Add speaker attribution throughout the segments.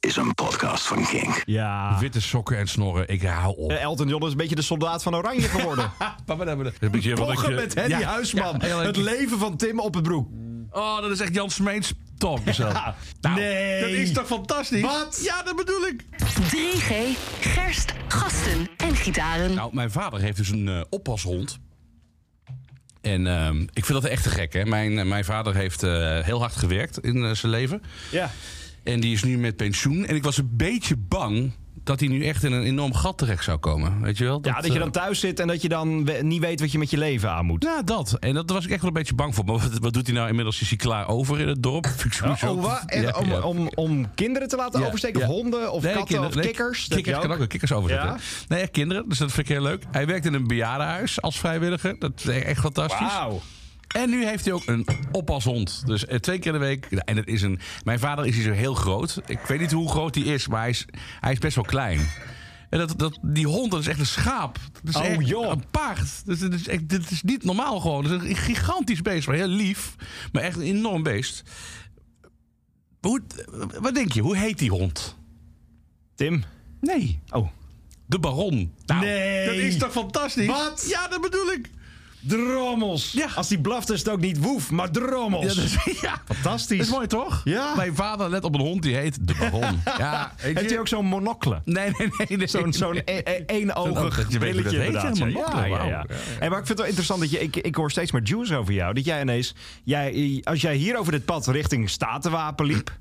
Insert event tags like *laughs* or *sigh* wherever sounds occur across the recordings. Speaker 1: is een podcast van Kink.
Speaker 2: Ja.
Speaker 3: Witte sokken en snorren, ik hou op.
Speaker 2: Eh, Elton John is een beetje de soldaat van Oranje geworden. *laughs*
Speaker 3: Een beetje wat
Speaker 2: Pochen
Speaker 3: ik, eh,
Speaker 2: met Henny
Speaker 3: ja.
Speaker 2: Huisman.
Speaker 3: Ja, heel
Speaker 2: het
Speaker 3: leuk.
Speaker 2: leven van Tim op het broek.
Speaker 3: Oh, dat is echt Jan Smeens talk. zo. Nou,
Speaker 2: Nee.
Speaker 3: Dat is toch fantastisch?
Speaker 2: Wat?
Speaker 3: Ja, dat bedoel ik.
Speaker 4: 3G, gerst, gasten en gitaren.
Speaker 3: Nou, mijn vader heeft dus een eh, oppashond. En ehm, ik vind dat echt te gek. Hè? Mijn, eh, mijn vader heeft eh, heel hard gewerkt in eh, zijn leven.
Speaker 2: Ja.
Speaker 3: En die is nu met pensioen. En ik was een beetje bang dat hij nu echt in een enorm gat terecht zou komen. Weet je wel?
Speaker 2: Ja, dat je dan
Speaker 3: eh,
Speaker 2: thuis zit en dat je dan we- niet weet wat je met je leven aan moet.
Speaker 3: ja, dat. En dat was ik echt wel een beetje bang voor. Maar wat, wat doet hij nou inmiddels? Is hij klaar over in het dorp? Vind ik sowieso-
Speaker 2: Oh, wa- en
Speaker 3: Ja,
Speaker 2: om,
Speaker 3: ja.
Speaker 2: Om, om kinderen te laten
Speaker 3: Ja,
Speaker 2: oversteken,
Speaker 3: ja.
Speaker 2: of honden, of
Speaker 3: Nee,
Speaker 2: katten,
Speaker 3: kinderen.
Speaker 2: of
Speaker 3: Nee,
Speaker 2: kikkers. dat
Speaker 3: kikkers
Speaker 2: heb je
Speaker 3: kan ook
Speaker 2: ook.
Speaker 3: wel kikkers overzetten.
Speaker 2: Ja.
Speaker 3: Nee, echt kinderen. Dus dat vind ik heel leuk. Hij werkt in een bejaardenhuis als vrijwilliger. Dat is echt fantastisch.
Speaker 2: Wauw.
Speaker 3: En nu heeft hij ook een oppashond. Dus eh, twee keer de week. En dat is een. Mijn vader is hier zo heel groot. Ik weet niet hoe groot hij is, maar hij is, hij is best wel klein. En dat, dat, die hond, dat is echt een schaap. Dat is
Speaker 2: Oh,
Speaker 3: echt
Speaker 2: joh.
Speaker 3: een paard. Dus dit is, echt, dit is niet normaal gewoon. Het is een gigantisch beest, maar heel lief. Maar echt een enorm beest. Hoe, wat denk je? Hoe heet die hond?
Speaker 2: Tim.
Speaker 3: Nee.
Speaker 2: Oh.
Speaker 3: De Baron. Nou,
Speaker 2: Nee.
Speaker 3: Dat is toch fantastisch?
Speaker 2: Wat?
Speaker 3: Ja, dat bedoel ik.
Speaker 2: Drommels.
Speaker 3: Ja.
Speaker 2: Als die blaft is het ook niet woef, maar drommels.
Speaker 3: Ja, dat is, *laughs* ja.
Speaker 2: Fantastisch.
Speaker 3: Dat is mooi, toch?
Speaker 2: Ja.
Speaker 3: Mijn vader let op een hond die heet De Baron.
Speaker 2: *laughs*
Speaker 3: ja, weet
Speaker 2: Heeft
Speaker 3: je?
Speaker 2: hij ook zo'n monocle?
Speaker 3: Nee, nee, nee. nee.
Speaker 2: Zo'n zo'n e- e- eenoogig
Speaker 3: Dat je weet hoe dat
Speaker 2: brilletje
Speaker 3: heet,
Speaker 2: inderdaad,
Speaker 3: hè,
Speaker 2: ja.
Speaker 3: monocle,
Speaker 2: Ja, ja,
Speaker 3: wauw.
Speaker 2: ja.
Speaker 3: Ja, ja.
Speaker 2: Hey, maar ik vind het wel interessant dat je... Ik, ik hoor steeds meer juice over jou. Dat jij ineens... Jij, als jij hier over dit pad richting Statenwapen liep...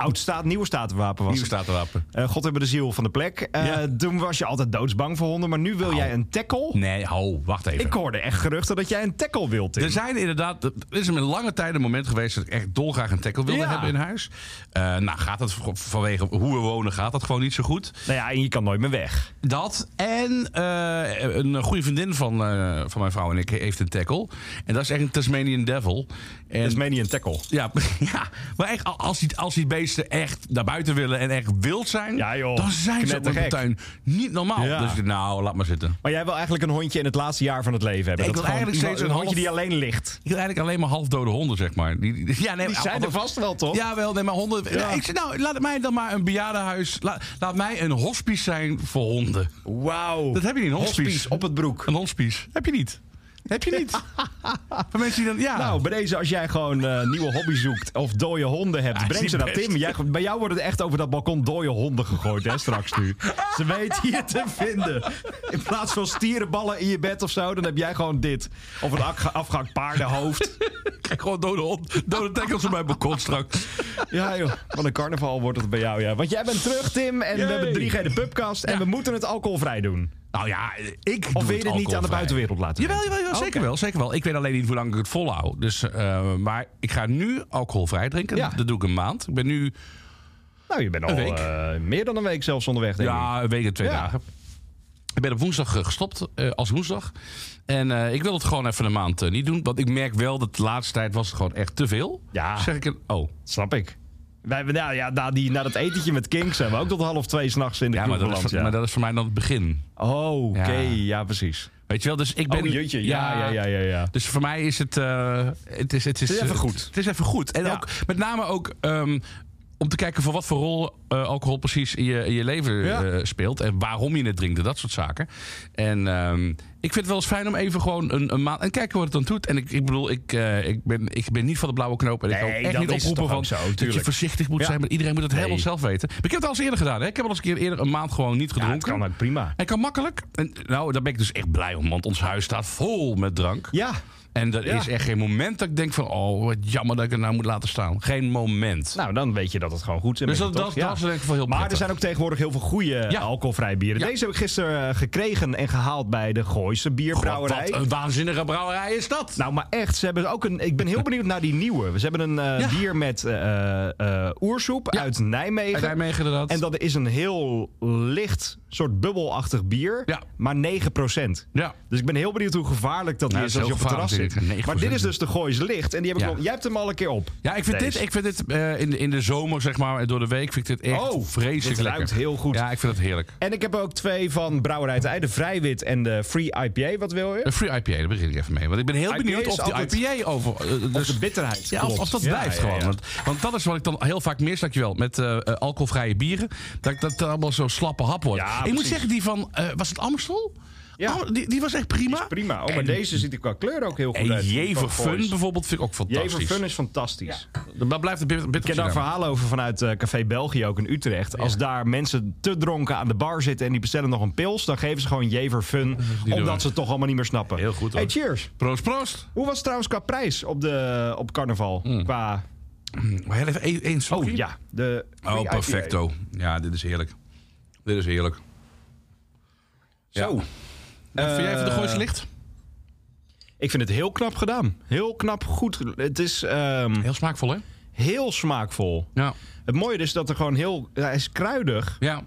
Speaker 2: Oud staat, nieuwe Statenwapen was
Speaker 3: Nieuwe
Speaker 2: het.
Speaker 3: statenwapen.
Speaker 2: Eh, God hebben de ziel van de plek. Eh,
Speaker 3: Ja. Nou.
Speaker 2: Toen was je altijd doodsbang voor honden. Maar nu wil jij een tackle.
Speaker 3: Nee, ho, wacht even.
Speaker 2: Ik hoorde echt geruchten dat jij een tackle wilt, Tim.
Speaker 3: Er zijn inderdaad, er is een lange tijd een moment geweest dat ik echt dolgraag een tackle wilde
Speaker 2: Ja.
Speaker 3: hebben in huis. Eh, nou, gaat dat vanwege hoe we wonen, gaat dat gewoon niet zo goed.
Speaker 2: Nou ja, en je kan nooit meer weg.
Speaker 3: Dat. En eh, een goede vriendin van, eh, van mijn vrouw en ik heeft een tackle. En dat is echt een Tasmanian Devil. En,
Speaker 2: Dat is Dus meen niet een tackle.
Speaker 3: ja, *laughs* ja, maar echt, als die, als die beesten echt naar buiten willen en echt wild zijn,
Speaker 2: Ja, joh.
Speaker 3: dan zijn ze op de
Speaker 2: Knettergek.
Speaker 3: tuin niet normaal.
Speaker 2: Ja.
Speaker 3: Dus ik dacht, nou, laat maar zitten.
Speaker 2: Maar jij wil eigenlijk een hondje in het laatste jaar van het leven hebben.
Speaker 3: Ik
Speaker 2: Dat
Speaker 3: wil
Speaker 2: gewoon
Speaker 3: eigenlijk steeds
Speaker 2: iemand-
Speaker 3: een
Speaker 2: een hondje die alleen ligt.
Speaker 3: Ik wil eigenlijk alleen maar halfdode honden, zeg maar. Die, die- ja, nee,
Speaker 2: Die
Speaker 3: maar-
Speaker 2: zijn er vast wel, toch?
Speaker 3: Ja, wel, nee, maar honden.
Speaker 2: Ja.
Speaker 3: Ik zei, nou, laat mij dan maar een bejaardenhuis. Laat, laat mij een hospice zijn voor honden.
Speaker 2: Wauw.
Speaker 3: Dat heb je niet, een hospice.
Speaker 2: Hospice op het broek.
Speaker 3: Een hospice. Heb je niet. Heb je
Speaker 2: *laughs*
Speaker 3: niet. Van mensen die dan, ja.
Speaker 2: Nou, bij deze, als jij gewoon eh, nieuwe hobby's zoekt of dode honden hebt,
Speaker 3: Ja, Ah, is
Speaker 2: breng
Speaker 3: niet
Speaker 2: ze naar
Speaker 3: best.
Speaker 2: Tim. Jij, bij jou worden er echt over dat balkon dode honden gegooid, hè, straks nu. Ze weten hier te vinden. In plaats van stierenballen in je bed of zo, dan heb jij gewoon dit. Of een afge- afgehakt paardenhoofd.
Speaker 3: ik krijg gewoon dode, hond, dode tackels op mijn balkon straks.
Speaker 2: Ja joh, wat een carnaval wordt het bij jou, ja. Want jij bent terug, Tim, en we
Speaker 3: Yay.
Speaker 2: hebben 3G de pubcast en we moeten het alcoholvrij doen.
Speaker 3: Nou ja, ik
Speaker 2: Of wil je dit niet aan de buitenwereld laten
Speaker 3: Jawel,
Speaker 2: weten?
Speaker 3: jawel, jawel
Speaker 2: Oké.
Speaker 3: zeker wel, zeker wel. Ik weet alleen niet hoe lang ik het volhoud. Dus, eh, maar ik ga nu alcoholvrij drinken.
Speaker 2: Ja.
Speaker 3: Dat doe ik een maand. Ik ben nu
Speaker 2: Nou, je bent al
Speaker 3: week.
Speaker 2: eh, meer dan een week zelfs onderweg, denk ik.
Speaker 3: ja, een week en twee
Speaker 2: Ja.
Speaker 3: dagen. Ik ben op woensdag eh, gestopt, eh, als woensdag. En eh, ik wil het gewoon even een maand eh, niet doen. Want ik merk wel dat de laatste tijd was het gewoon echt te veel.
Speaker 2: Ja.
Speaker 3: Zeg ik een, oh.
Speaker 2: Snap ik. Wij hebben, nou ja, na, die, na dat etentje met Kink zijn we ook tot half twee s'nachts in de
Speaker 3: Ja,
Speaker 2: kroeg
Speaker 3: maar dat,
Speaker 2: beland.
Speaker 3: is,
Speaker 2: ja.
Speaker 3: maar dat is voor mij dan het begin.
Speaker 2: Oh, oké.
Speaker 3: Ja.
Speaker 2: Ja. precies.
Speaker 3: Weet je wel, dus ik ben...
Speaker 2: Oh, jeetje. Ja, ja, ja, ja. ja.
Speaker 3: Dus voor mij is het... eh, het, is, het, is,
Speaker 2: Het is even goed.
Speaker 3: Het is even goed. En
Speaker 2: Ja.
Speaker 3: ook, met name ook ehm, om te kijken voor wat voor rol eh, alcohol precies in je, in je leven
Speaker 2: Ja.
Speaker 3: eh, speelt. En waarom je het drinkt en dat soort zaken. En ehm, ik vind het wel eens fijn om even gewoon een, een maand... En kijken wat het dan doet. En ik, ik bedoel, ik, eh, ik, ben, ik ben niet van de blauwe knoop. En ik
Speaker 2: Nee,
Speaker 3: kan ook echt
Speaker 2: dat
Speaker 3: niet
Speaker 2: is
Speaker 3: oproepen
Speaker 2: toch
Speaker 3: van
Speaker 2: ook zo,
Speaker 3: dat je
Speaker 2: tuurlijk.
Speaker 3: voorzichtig moet
Speaker 2: Ja.
Speaker 3: zijn. Maar iedereen moet het
Speaker 2: Nee.
Speaker 3: helemaal zelf weten. Maar ik heb het al eens eerder gedaan. Hè? Ik heb al eens een keer eerder een maand gewoon niet
Speaker 2: Ja,
Speaker 3: gedronken.
Speaker 2: het kan ook prima.
Speaker 3: Hij kan makkelijk. En, nou, daar ben ik dus echt blij om, want ons huis staat vol met drank.
Speaker 2: Ja.
Speaker 3: En er
Speaker 2: Ja.
Speaker 3: is echt geen moment dat ik denk van, oh, wat jammer dat ik het nou moet laten staan. Geen moment.
Speaker 2: Nou, dan weet je dat het gewoon goed is.
Speaker 3: dus dat,
Speaker 2: met je,
Speaker 3: dat,
Speaker 2: toch? Ja.
Speaker 3: dat is denk ik wel heel
Speaker 2: maar er
Speaker 3: prettig.
Speaker 2: zijn ook tegenwoordig heel veel goede
Speaker 3: Ja.
Speaker 2: alcoholvrij bieren.
Speaker 3: Ja.
Speaker 2: Deze heb ik gisteren eh, gekregen en gehaald bij de Gooise
Speaker 3: God,
Speaker 2: Bierbrouwerij.
Speaker 3: Wat een waanzinnige brouwerij is dat?
Speaker 2: Nou, maar echt, ze hebben ook een. Ik ben
Speaker 3: *laughs*
Speaker 2: heel benieuwd naar die nieuwe. Ze hebben een eh,
Speaker 3: Ja.
Speaker 2: bier met eh, eh, oersoep
Speaker 3: Ja.
Speaker 2: uit Nijmegen.
Speaker 3: Uit Nijmegen, inderdaad.
Speaker 2: En dat is een heel licht, soort bubbelachtig bier.
Speaker 3: Ja.
Speaker 2: Maar 9%.
Speaker 3: ja.
Speaker 2: Dus ik ben heel benieuwd hoe gevaarlijk dat
Speaker 3: Nou,
Speaker 2: is
Speaker 3: dat
Speaker 2: als
Speaker 3: Nou, is
Speaker 2: je
Speaker 3: heel
Speaker 2: op het terras zit. zit.
Speaker 3: gevaarlijk 9%
Speaker 2: Maar dit is dus
Speaker 3: niet.
Speaker 2: de Goois Licht. En die heb ik
Speaker 3: Ja.
Speaker 2: nog, jij hebt hem al een keer op.
Speaker 3: Ja, ik vind
Speaker 2: Deze.
Speaker 3: dit, ik vind dit eh, in, in de zomer, zeg maar, en door de week, vind ik dit echt
Speaker 2: Oh,
Speaker 3: vreselijk
Speaker 2: dit ruikt
Speaker 3: lekker.
Speaker 2: heel goed.
Speaker 3: Ja, ik vind dat heerlijk.
Speaker 2: En ik heb ook twee van Brouwerij het Ei. De Vrijwit en de Free IPA. Wat wil je?
Speaker 3: Een free IPA, daar begin ik even mee. Want ik ben heel
Speaker 2: IPA
Speaker 3: benieuwd of
Speaker 2: is
Speaker 3: die
Speaker 2: altijd-
Speaker 3: IPA over... eh,
Speaker 2: Dus
Speaker 3: dus-
Speaker 2: de bitterheid.
Speaker 3: ja, of,
Speaker 2: klopt.
Speaker 3: of dat
Speaker 2: Ja,
Speaker 3: blijft
Speaker 2: ja,
Speaker 3: gewoon.
Speaker 2: ja.
Speaker 3: Want, want dat is wat ik dan heel vaak mis, dat je wel, met eh, eh, alcoholvrije bieren. Dat ik dat allemaal zo slappe hap wordt.
Speaker 2: Ja,
Speaker 3: ik moet
Speaker 2: precies.
Speaker 3: zeggen, die van, eh, was het Amstel?
Speaker 2: Ja.
Speaker 3: Am- Oh, die, die was echt prima.
Speaker 2: Is prima. Oh, maar
Speaker 3: En-
Speaker 2: deze ziet er qua kleur ook heel goed
Speaker 3: En
Speaker 2: uit.
Speaker 3: Jever
Speaker 2: Van
Speaker 3: Fun
Speaker 2: Goois.
Speaker 3: bijvoorbeeld vind ik ook
Speaker 2: Jever
Speaker 3: fantastisch.
Speaker 2: Fun is fantastisch.
Speaker 3: Maar blijft het bitter,
Speaker 2: Ik ken daar verhalen over vanuit eh, Café België, ook in Utrecht. Als daar mensen te dronken aan de bar zitten en die bestellen nog een pils... dan geven ze gewoon Jever Fun, omdat
Speaker 3: doen we.
Speaker 2: ze het toch allemaal niet meer snappen.
Speaker 3: Heel goed,
Speaker 2: Hey,
Speaker 3: hoor.
Speaker 2: cheers.
Speaker 3: Proost, proost.
Speaker 2: Hoe was het trouwens qua prijs op, de, op carnaval?
Speaker 3: Mm.
Speaker 2: Qua...
Speaker 3: Maar heel even e- één- één slokje.
Speaker 2: Oh ja, de
Speaker 3: Oh,
Speaker 2: IPA.
Speaker 3: perfecto. Ja, dit is heerlijk. Dit is heerlijk.
Speaker 2: Zo.
Speaker 3: Ja. Wat vind jij van de Gooise Licht?
Speaker 2: Eh, Ik vind het heel knap gedaan. Heel knap goed. Het is ehm,
Speaker 3: Heel smaakvol, hè?
Speaker 2: heel smaakvol.
Speaker 3: Ja.
Speaker 2: Het mooie is dat er gewoon heel... Hij is kruidig.
Speaker 3: Ja.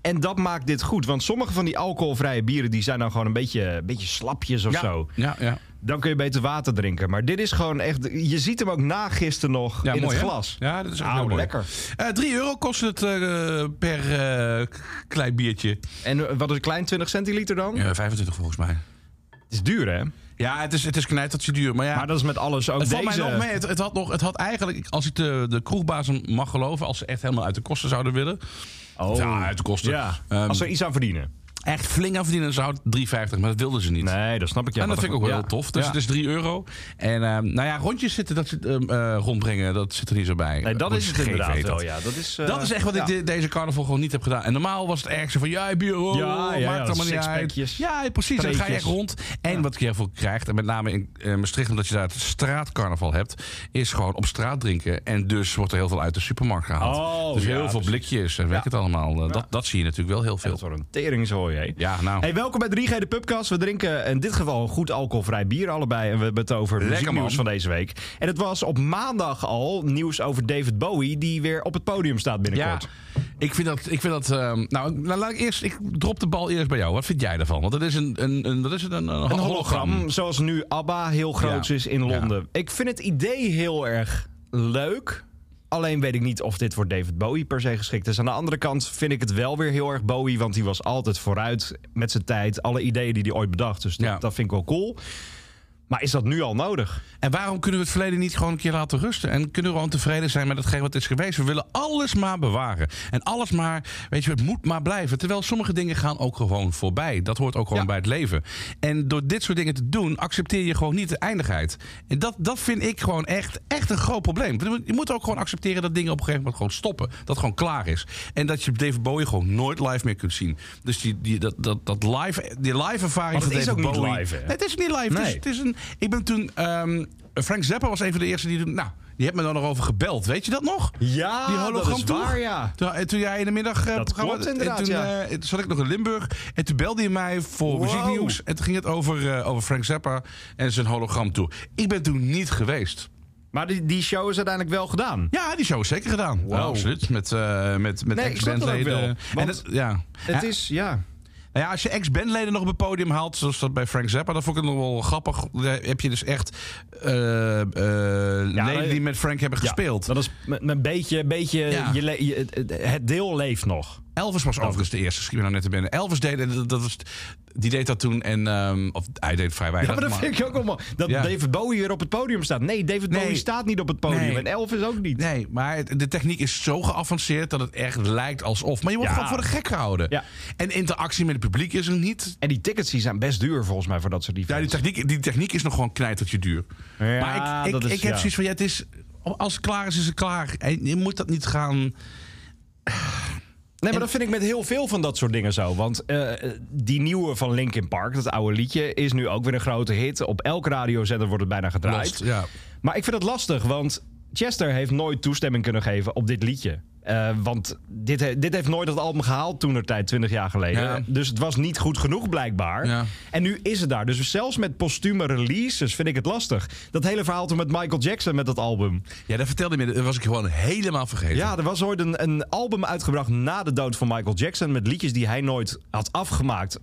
Speaker 2: En dat maakt dit goed. Want sommige van die alcoholvrije bieren... die zijn dan gewoon een beetje, een beetje slapjes of
Speaker 3: ja.
Speaker 2: zo.
Speaker 3: Ja, ja.
Speaker 2: Dan kun je beter water drinken. Maar dit is gewoon echt... Je ziet hem ook na gisteren nog
Speaker 3: ja
Speaker 2: in
Speaker 3: mooi,
Speaker 2: het
Speaker 3: hè?
Speaker 2: glas.
Speaker 3: Ja, dat is echt
Speaker 2: Au,
Speaker 3: heel mooi.
Speaker 2: lekker.
Speaker 3: Eh, 3 euro kost het eh, per eh, k- klein biertje.
Speaker 2: En eh, wat is een klein 20 centiliter dan?
Speaker 3: Ja, 25 volgens mij.
Speaker 2: Het is duur, hè?
Speaker 3: Ja, het is, het is knijtertje duur. Maar ja,
Speaker 2: Maar dat is met alles. Ook
Speaker 3: het valt
Speaker 2: deze...
Speaker 3: mij nog mee. Het, het had nog, het had eigenlijk, als ik de, de kroegbazen mag geloven... als ze echt helemaal uit de kosten zouden willen...
Speaker 2: Oh.
Speaker 3: Ja, uit de kosten.
Speaker 2: Ja.
Speaker 3: Ehm,
Speaker 2: Als ze er iets aan verdienen.
Speaker 3: echt flink aan verdienen zou het 3,50. Maar dat wilden ze niet.
Speaker 2: Nee, dat snap ik. Ja,
Speaker 3: en dat
Speaker 2: Wat
Speaker 3: vind ik
Speaker 2: een
Speaker 3: ook wel
Speaker 2: goed-
Speaker 3: heel
Speaker 2: ja.
Speaker 3: tof. Dus
Speaker 2: Ja.
Speaker 3: het is 3 euro. En ehm, nou ja, rondjes zitten, dat zit, ehm, eh, rondbrengen, dat zit er niet zo bij.
Speaker 2: Nee, dat
Speaker 3: Rondjes
Speaker 2: is het
Speaker 3: geven
Speaker 2: inderdaad
Speaker 3: heet
Speaker 2: wel.
Speaker 3: dat.
Speaker 2: Eh, Ja, dat, is,
Speaker 3: Dat is echt wat ik de- deze carnaval gewoon niet heb gedaan. En normaal was het erg zo van, ja, bier, oh,
Speaker 2: Ja, ja, ja,
Speaker 3: maakt allemaal niet uit.
Speaker 2: sixpackjes.
Speaker 3: Ja, ja, precies. En dan ga je echt rond. En wat ik heel veel krijg, en met name in eh, Maastricht, omdat je daar het straatcarnaval hebt, is gewoon op straat drinken. En dus wordt er heel veel uit de supermarkt gehaald.
Speaker 2: Oh,
Speaker 3: dus
Speaker 2: ja,
Speaker 3: heel veel
Speaker 2: precies.
Speaker 3: blikjes en weet ik het allemaal. Eh, dat, dat zie je natuurlijk wel heel veel.
Speaker 2: Wat voor een teringzooi, hé.
Speaker 3: Ja, nou.
Speaker 2: Hey, welkom bij 3G de Pubcast. We drinken in dit geval een goed alcoholvrij bier allebei. En we hebben het over
Speaker 3: Lekker,
Speaker 2: muzieknieuws van
Speaker 3: man.
Speaker 2: deze week. En het was op maandag al nieuws over David Bowie... die weer op het podium staat
Speaker 3: Ja,
Speaker 2: binnenkort.
Speaker 3: ik vind dat. Ik vind dat ehm, nou, ik- nou, laat ik eerst. Ik drop de bal eerst bij jou. Wat vind jij daarvan? Want dat is een, een, een, dat is een, een,
Speaker 2: Een hologram, zoals nu ABBA heel groot
Speaker 3: Ja.
Speaker 2: is in
Speaker 3: Ja.
Speaker 2: Londen. Ik vind het idee heel erg leuk. Alleen weet ik niet of dit voor David Bowie per se geschikt is. Aan de andere kant vind ik het wel weer heel erg Bowie... want die was altijd vooruit met zijn tijd. Alle ideeën die hij ooit bedacht. Dus dat,
Speaker 3: Ja.
Speaker 2: dat vind ik wel cool. Maar is dat nu al nodig?
Speaker 3: En waarom kunnen we het verleden niet gewoon een keer laten rusten? En kunnen we gewoon tevreden zijn met hetgeen wat is geweest? We willen alles maar bewaren. En alles maar, weet je, het moet maar blijven. Terwijl sommige dingen gaan ook gewoon voorbij. Dat hoort ook gewoon
Speaker 2: Ja.
Speaker 3: bij het leven. En door dit soort dingen te doen, accepteer je gewoon niet de eindigheid. En dat, dat vind ik gewoon echt, echt een groot probleem. Je moet ook gewoon accepteren dat dingen op een gegeven moment gewoon stoppen. Dat het gewoon klaar is. En dat je David Bowie gewoon nooit live meer kunt zien. Dus die, die, dat, dat, dat live, die live ervaring
Speaker 2: Maar dat
Speaker 3: van
Speaker 2: is
Speaker 3: David
Speaker 2: ook niet
Speaker 3: Bowie-
Speaker 2: live, hè?
Speaker 3: Nee, het is niet live. Het is,
Speaker 2: Nee.
Speaker 3: het is een, ik ben toen. ehm, Frank Zappa was een van de eerste die. toen- Nou, die hebt me dan nog over gebeld. Weet je dat nog?
Speaker 2: Ja,
Speaker 3: die hologram
Speaker 2: dat is waar, ja.
Speaker 3: Toen, eh, toen jij in de middag. eh,
Speaker 2: Dat
Speaker 3: programma-
Speaker 2: klopt
Speaker 3: en
Speaker 2: inderdaad,
Speaker 3: toen,
Speaker 2: ja.
Speaker 3: eh, toen zat ik nog in Limburg. En toen belde hij mij voor
Speaker 2: Wow.
Speaker 3: muzieknieuws. En toen ging het over, eh, over Frank Zappa en zijn hologram toe. Ik ben toen niet geweest.
Speaker 2: Maar die, die show is uiteindelijk wel gedaan.
Speaker 3: Ja, die show is zeker gedaan.
Speaker 2: Wow.
Speaker 3: Ja, absoluut. Met, eh met, met
Speaker 2: Nee, ik snap dat ook
Speaker 3: ex-bandleden.
Speaker 2: wel,
Speaker 3: En
Speaker 2: want
Speaker 3: het, ja.
Speaker 2: Het
Speaker 3: Ja,
Speaker 2: is, ja...
Speaker 3: nou ja, als je ex-bandleden nog op het podium haalt, zoals dat bij Frank Zappa, dan vond ik het nog wel grappig. Daar heb je dus echt eh, eh, leden
Speaker 2: nee.
Speaker 3: die met Frank hebben gespeeld.
Speaker 2: Ja, dat is m- een beetje... Een beetje
Speaker 3: Ja.
Speaker 2: je le- je- het- het deel leeft nog.
Speaker 3: Elvis was overigens de eerste, schiet me nou net te binnen. Elvis deed dat, dat was, die deed dat toen en ehm, of hij deed vrij weinig.
Speaker 2: Ja, maar dat vind ik ook allemaal. Dat
Speaker 3: Ja.
Speaker 2: David Bowie weer op het podium staat. Nee, David
Speaker 3: Nee.
Speaker 2: Bowie staat niet op het podium.
Speaker 3: Nee.
Speaker 2: En Elvis ook niet.
Speaker 3: Nee, maar het- de techniek is zo geavanceerd dat het echt lijkt alsof. Maar je wordt
Speaker 2: Ja.
Speaker 3: gewoon voor de gek gehouden.
Speaker 2: Ja.
Speaker 3: En interactie met het publiek is er niet.
Speaker 2: En die tickets die zijn best duur volgens mij voor dat soort
Speaker 3: Ja, die
Speaker 2: events.
Speaker 3: techniek, die techniek is nog gewoon knijtertje duur.
Speaker 2: Ja,
Speaker 3: maar ik, ik,
Speaker 2: dat is-
Speaker 3: ik heb
Speaker 2: ja.
Speaker 3: zoiets van, ja, het is, als het klaar is, is het klaar. En je moet dat niet gaan...
Speaker 2: Nee, maar dat vind ik met heel veel van dat soort dingen zo. Want eh, die nieuwe van Linkin Park, dat oude liedje, is nu ook weer een grote hit. Op elke radiozender wordt het bijna gedraaid.
Speaker 3: Lost, ja.
Speaker 2: Maar ik vind het lastig, want Chester heeft nooit toestemming kunnen geven op dit liedje. Eh, want dit, he- dit heeft nooit dat album gehaald toen er tijd, 20 jaar geleden.
Speaker 3: Ja.
Speaker 2: Dus het was niet goed genoeg, blijkbaar.
Speaker 3: Ja.
Speaker 2: En nu is het daar. Dus zelfs met postume releases vind ik het lastig. Dat hele verhaal toen met Michael Jackson met dat album.
Speaker 3: ja, dat vertelde je me, dat was ik gewoon helemaal vergeten.
Speaker 2: Ja, er was ooit een, een album uitgebracht na de dood van Michael Jackson. met liedjes die hij nooit had afgemaakt.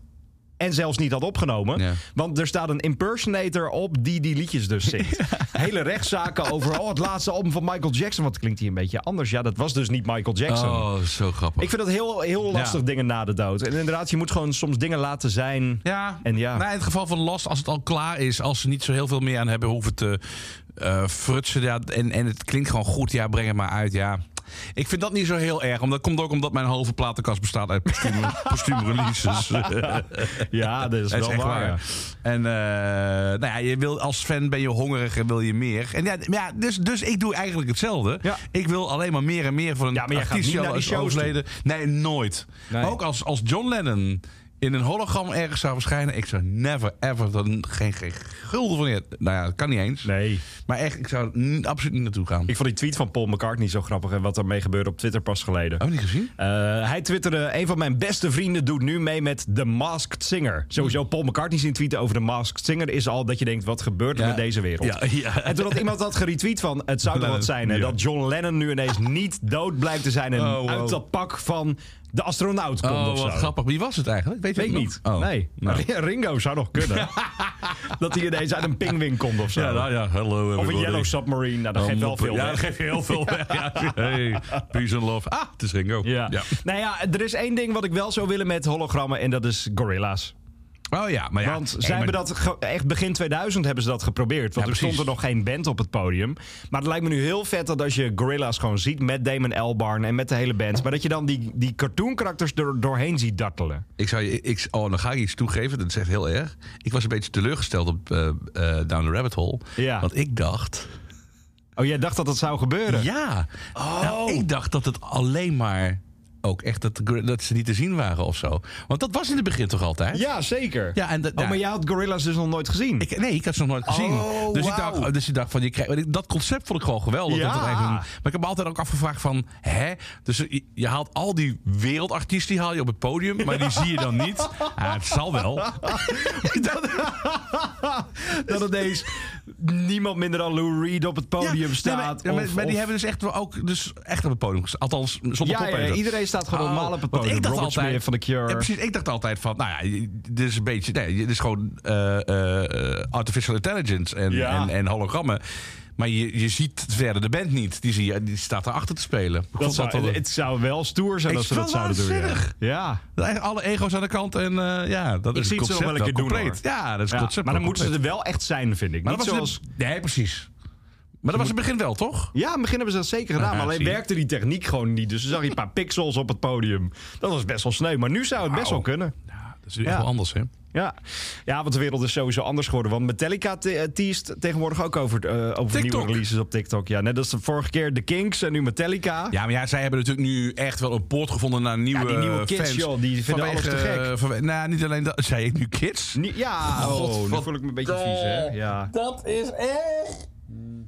Speaker 2: En zelfs niet had opgenomen.
Speaker 3: Ja.
Speaker 2: Want er staat een impersonator op die die liedjes
Speaker 3: *laughs*
Speaker 2: dus zingt. Hele rechtszaken over oh, het laatste album van Michael Jackson. Want klinkt hier een beetje anders. Ja, dat was dus niet Michael Jackson.
Speaker 3: Oh, zo grappig.
Speaker 2: Ik vind dat heel, heel lastig,
Speaker 3: Ja.
Speaker 2: dingen na de dood. En inderdaad, je moet gewoon soms dingen laten zijn.
Speaker 3: Ja,
Speaker 2: En ja.
Speaker 3: Nou, in het geval van Last, als het al klaar is, als ze niet zo heel veel meer aan hebben hoeven te eh, frutsen. Ja, en, en het klinkt gewoon goed, ja, breng het maar uit. Ja. Ik vind dat niet zo heel erg. Omdat komt ook omdat mijn halve platenkast bestaat uit postuum, *laughs* postuum
Speaker 2: *laughs*
Speaker 3: releases. *laughs*
Speaker 2: Ja, dat is
Speaker 3: Dat
Speaker 2: wel
Speaker 3: is echt
Speaker 2: waar.
Speaker 3: waar. En eh, nou ja, je wil, als fan ben je hongerig en wil je meer. En ja, ja, dus, dus ik doe eigenlijk hetzelfde.
Speaker 2: Ja.
Speaker 3: Ik wil alleen maar meer en meer van een
Speaker 2: Ja, maar jij gaat
Speaker 3: artiest
Speaker 2: niet naar die
Speaker 3: is
Speaker 2: shows toe.
Speaker 3: overleden. Nee, nooit.
Speaker 2: Nee.
Speaker 3: Ook als, als John Lennon in een hologram ergens zou verschijnen. Ik zou never, ever, dan geen, geen gulden van je. Nou ja, dat kan niet eens.
Speaker 2: Nee.
Speaker 3: Maar echt, ik zou er n- absoluut niet naartoe gaan.
Speaker 2: Ik vond die tweet van Paul McCartney zo grappig en wat ermee gebeurde op Twitter pas geleden.
Speaker 3: Oh, niet gezien?
Speaker 2: Eh, hij twitterde, een van mijn beste vrienden doet nu mee met The Masked Singer. Sowieso
Speaker 3: Hmm.
Speaker 2: Paul McCartney zien tweeten over The Masked Singer is al dat je denkt, wat gebeurt er
Speaker 3: Ja.
Speaker 2: met deze wereld?
Speaker 3: Ja, ja.
Speaker 2: En toen had iemand dat geretweet van, het zou toch wat zijn hè,
Speaker 3: *laughs* Ja.
Speaker 2: dat John Lennon nu ineens niet dood blijkt te zijn en
Speaker 3: Oh, wow.
Speaker 2: uit dat pak van de astronaut komt
Speaker 3: Oh,
Speaker 2: of
Speaker 3: wat
Speaker 2: zo.
Speaker 3: grappig. Wie was het eigenlijk? Weet je
Speaker 2: Weet ik
Speaker 3: het
Speaker 2: niet.
Speaker 3: nog? Oh.
Speaker 2: Nee. *laughs*
Speaker 3: Nou.
Speaker 2: Ringo zou nog
Speaker 3: *laughs*
Speaker 2: kunnen. dat hij ineens uit een pingwing komt of zo.
Speaker 3: Ja, nou ja, hello
Speaker 2: of een
Speaker 3: everybody.
Speaker 2: Yellow Submarine. Nou, dat geeft wel veel
Speaker 3: Ja,
Speaker 2: weg.
Speaker 3: dat geeft heel
Speaker 2: *laughs*
Speaker 3: veel weg. Ja. Hey, peace and love. Ah, het is Ringo.
Speaker 2: Ja. Nou ja, er is één ding wat ik wel zou willen met hologrammen en dat is gorilla's.
Speaker 3: Oh ja, maar ja.
Speaker 2: Want
Speaker 3: Hey,
Speaker 2: zij
Speaker 3: maar-
Speaker 2: hebben dat ge- echt begin 2000 hebben ze dat geprobeerd. Want
Speaker 3: Ja,
Speaker 2: er stond er
Speaker 3: precies.
Speaker 2: nog geen band op het podium. Maar het lijkt me nu heel vet dat als je gorilla's gewoon ziet met Damon Albarn en met de hele band, maar dat je dan die, die cartoon-karakters er doorheen ziet dartelen.
Speaker 3: Ik zou je, ik, oh, dan ga ik iets toegeven, dat is echt heel erg. Ik was een beetje teleurgesteld op eh, eh, Down the Rabbit Hole.
Speaker 2: Ja.
Speaker 3: Want ik dacht...
Speaker 2: Oh, jij dacht dat dat zou gebeuren?
Speaker 3: Ja. Nou,
Speaker 2: Oh.
Speaker 3: ik dacht dat het alleen maar ook echt dat, dat ze niet te zien waren of zo. Want dat was in het begin toch altijd?
Speaker 2: Ja, zeker.
Speaker 3: Ja, en dat-
Speaker 2: oh, maar
Speaker 3: ja.
Speaker 2: jij had gorilla's dus nog nooit gezien?
Speaker 3: Ik, nee, ik had ze nog nooit gezien.
Speaker 2: Oh,
Speaker 3: dus, ik
Speaker 2: wauw.
Speaker 3: dacht, dus ik dacht van, je krijgt, want ik- dat concept vond ik gewoon geweldig.
Speaker 2: Ja.
Speaker 3: Dat het eigenlijk een- maar ik heb me altijd ook afgevraagd van, hè? Dus je, je haalt al die wereldartiesten, die haal je op het podium, maar die zie je dan
Speaker 2: *laughs*
Speaker 3: niet. Ah, het zal wel. *laughs* dat,
Speaker 2: dat ineens niemand minder dan Lou Reed op het podium
Speaker 3: ja,
Speaker 2: staat.
Speaker 3: nee, maar- ja, maar,
Speaker 2: of-
Speaker 3: maar die
Speaker 2: of-
Speaker 3: hebben dus echt, wel ook, dus echt op het podium gestaan. Althans, zonder
Speaker 2: Ja,
Speaker 3: pop
Speaker 2: ja,
Speaker 3: even.
Speaker 2: iedereen staat gewoon
Speaker 3: Oh,
Speaker 2: normaal op het
Speaker 3: want
Speaker 2: podium.
Speaker 3: ik dacht
Speaker 2: Robert
Speaker 3: altijd-
Speaker 2: Smith van The Cure.
Speaker 3: Ja, precies. Ik dacht altijd van, nou ja, je- dit is een beetje, nee, dit is gewoon eh, eh, eh, artificial intelligence en,
Speaker 2: Ja.
Speaker 3: en, en hologrammen. Maar je, je ziet verder de band niet. Die, zie je, die staat erachter te spelen. Ik
Speaker 2: Dat
Speaker 3: vond
Speaker 2: zou,
Speaker 3: dat wel-
Speaker 2: het zou wel stoer zijn
Speaker 3: Ik
Speaker 2: als ze dat
Speaker 3: vind het
Speaker 2: zouden
Speaker 3: wel
Speaker 2: doen. ja.
Speaker 3: waanzinnig.
Speaker 2: Ja.
Speaker 3: alle ego's aan de kant en eh, ja, dat
Speaker 2: Ik
Speaker 3: is
Speaker 2: zie het
Speaker 3: het
Speaker 2: zo
Speaker 3: concept
Speaker 2: wel een keer doen,
Speaker 3: compleet.
Speaker 2: hoor.
Speaker 3: Ja, dat is het
Speaker 2: Ja,
Speaker 3: concept
Speaker 2: maar dan
Speaker 3: wel
Speaker 2: moeten ze
Speaker 3: compleet.
Speaker 2: er wel echt zijn, vind ik.
Speaker 3: Maar
Speaker 2: Niet
Speaker 3: dat was
Speaker 2: zoals...
Speaker 3: in de- Nee, precies. Maar dat was in het begin wel, toch?
Speaker 2: Ja, in het begin hebben ze dat zeker gedaan.
Speaker 3: Ja,
Speaker 2: maar alleen
Speaker 3: zie je.
Speaker 2: werkte die techniek gewoon niet. Dus dan zag je een *laughs* paar pixels op het podium. Dat was best wel sneu. Maar nu zou het best wel
Speaker 3: Wauw.
Speaker 2: kunnen.
Speaker 3: Ja, dat is echt
Speaker 2: Ja.
Speaker 3: wel anders, hè?
Speaker 2: Ja. ja, want de wereld is sowieso anders geworden. Want Metallica te- eh, teast tegenwoordig ook over, eh, over
Speaker 3: TikTok.
Speaker 2: nieuwe releases op TikTok. Ja, net als de vorige keer de Kinks en nu Metallica.
Speaker 3: Ja, maar ja, zij hebben natuurlijk nu echt wel een poort gevonden naar nieuwe
Speaker 2: die nieuwe kids,
Speaker 3: fans.
Speaker 2: joh, die vinden alles te gek.
Speaker 3: eh, vanwe- nou, niet alleen dat. Zei ik nu kids?
Speaker 2: Ni- ja oh, nu voel ik me een beetje vies, hè? Ja.
Speaker 3: Dat is echt...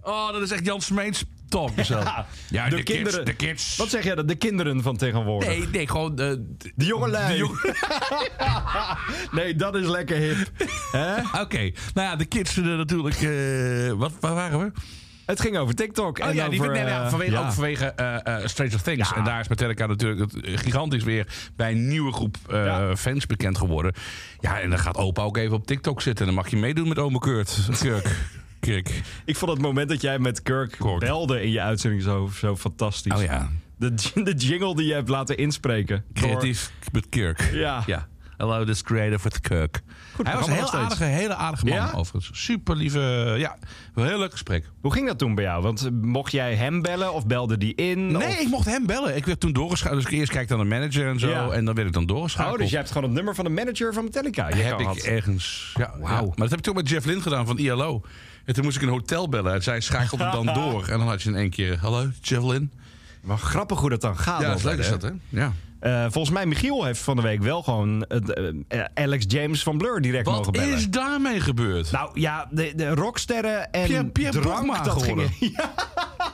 Speaker 3: Oh, dat is echt Jan Smeens talk. is dat. Ja,
Speaker 2: de
Speaker 3: de,
Speaker 2: kinderen-
Speaker 3: kids, de kids.
Speaker 2: Wat zeg jij dat? De kinderen van tegenwoordig.
Speaker 3: Nee, nee, gewoon... eh, d-
Speaker 2: De jongelui.
Speaker 3: de jong-
Speaker 2: *laughs*
Speaker 3: *laughs*
Speaker 2: Nee, dat is lekker hip. Hè?
Speaker 3: Oké, nou ja, de kids eh, natuurlijk... eh, wat, waar waren we?
Speaker 2: Het ging over TikTok.
Speaker 3: Oh
Speaker 2: en
Speaker 3: ja, die,
Speaker 2: over,
Speaker 3: nee, nee, ja,
Speaker 2: eh,
Speaker 3: vanwege,
Speaker 2: ja.
Speaker 3: ook vanwege eh, eh, Stranger Things.
Speaker 2: Ja.
Speaker 3: En daar is Metallica natuurlijk het- gigantisch weer bij een nieuwe groep eh,
Speaker 2: Ja.
Speaker 3: fans bekend geworden. Ja, en dan gaat opa ook even op TikTok zitten. En dan mag je meedoen met ome Kurt. *laughs* Kirk. Kirk.
Speaker 2: Ik vond het moment dat jij met Kirk
Speaker 3: Kort.
Speaker 2: belde in je uitzending zo, zo fantastisch.
Speaker 3: Oh ja,
Speaker 2: de, j- de jingle die je hebt laten inspreken. door-
Speaker 3: creatief met Kirk.
Speaker 2: Ja.
Speaker 3: ja. Hello, this creative with Kirk. Hij was
Speaker 2: programma
Speaker 3: een
Speaker 2: nog
Speaker 3: heel
Speaker 2: steeds.
Speaker 3: aardige, hele aardige man
Speaker 2: Ja?
Speaker 3: overigens. Super lieve, ja, een heel leuk gesprek.
Speaker 2: Hoe ging dat toen bij jou? Want eh, mocht jij hem bellen of belde die in?
Speaker 3: Nee,
Speaker 2: Of-
Speaker 3: ik mocht hem bellen. Ik werd toen doorgeschakeld. Dus ik eerst kijk dan de manager en zo.
Speaker 2: Ja.
Speaker 3: En dan werd ik dan doorgeschakeld.
Speaker 2: Oh, dus jij hebt gewoon het nummer van de manager van Metallica. Je eh,
Speaker 3: heb ik ergens. Ja, ja. Maar dat heb ik toen met Jeff Lynn gedaan van ILO. En toen moest ik een hotel bellen. En zij schakelde *laughs* dan door. En dan had je in één keer. Hallo, Jeff Lynn.
Speaker 2: Maar grappig hoe dat dan gaat.
Speaker 3: Ja, dat is
Speaker 2: altijd,
Speaker 3: leuk is
Speaker 2: hè?
Speaker 3: dat, hè? Ja.
Speaker 2: Eh, volgens mij, Michiel heeft van de week wel gewoon het, eh, eh, Alex James van Blur direct mogen
Speaker 3: Wat
Speaker 2: bellen.
Speaker 3: is daarmee gebeurd?
Speaker 2: Nou ja, de, de rocksterren en
Speaker 3: Pierre- Pierre
Speaker 2: drank,
Speaker 3: Bokma
Speaker 2: dat
Speaker 3: geworden.
Speaker 2: gingen... *laughs*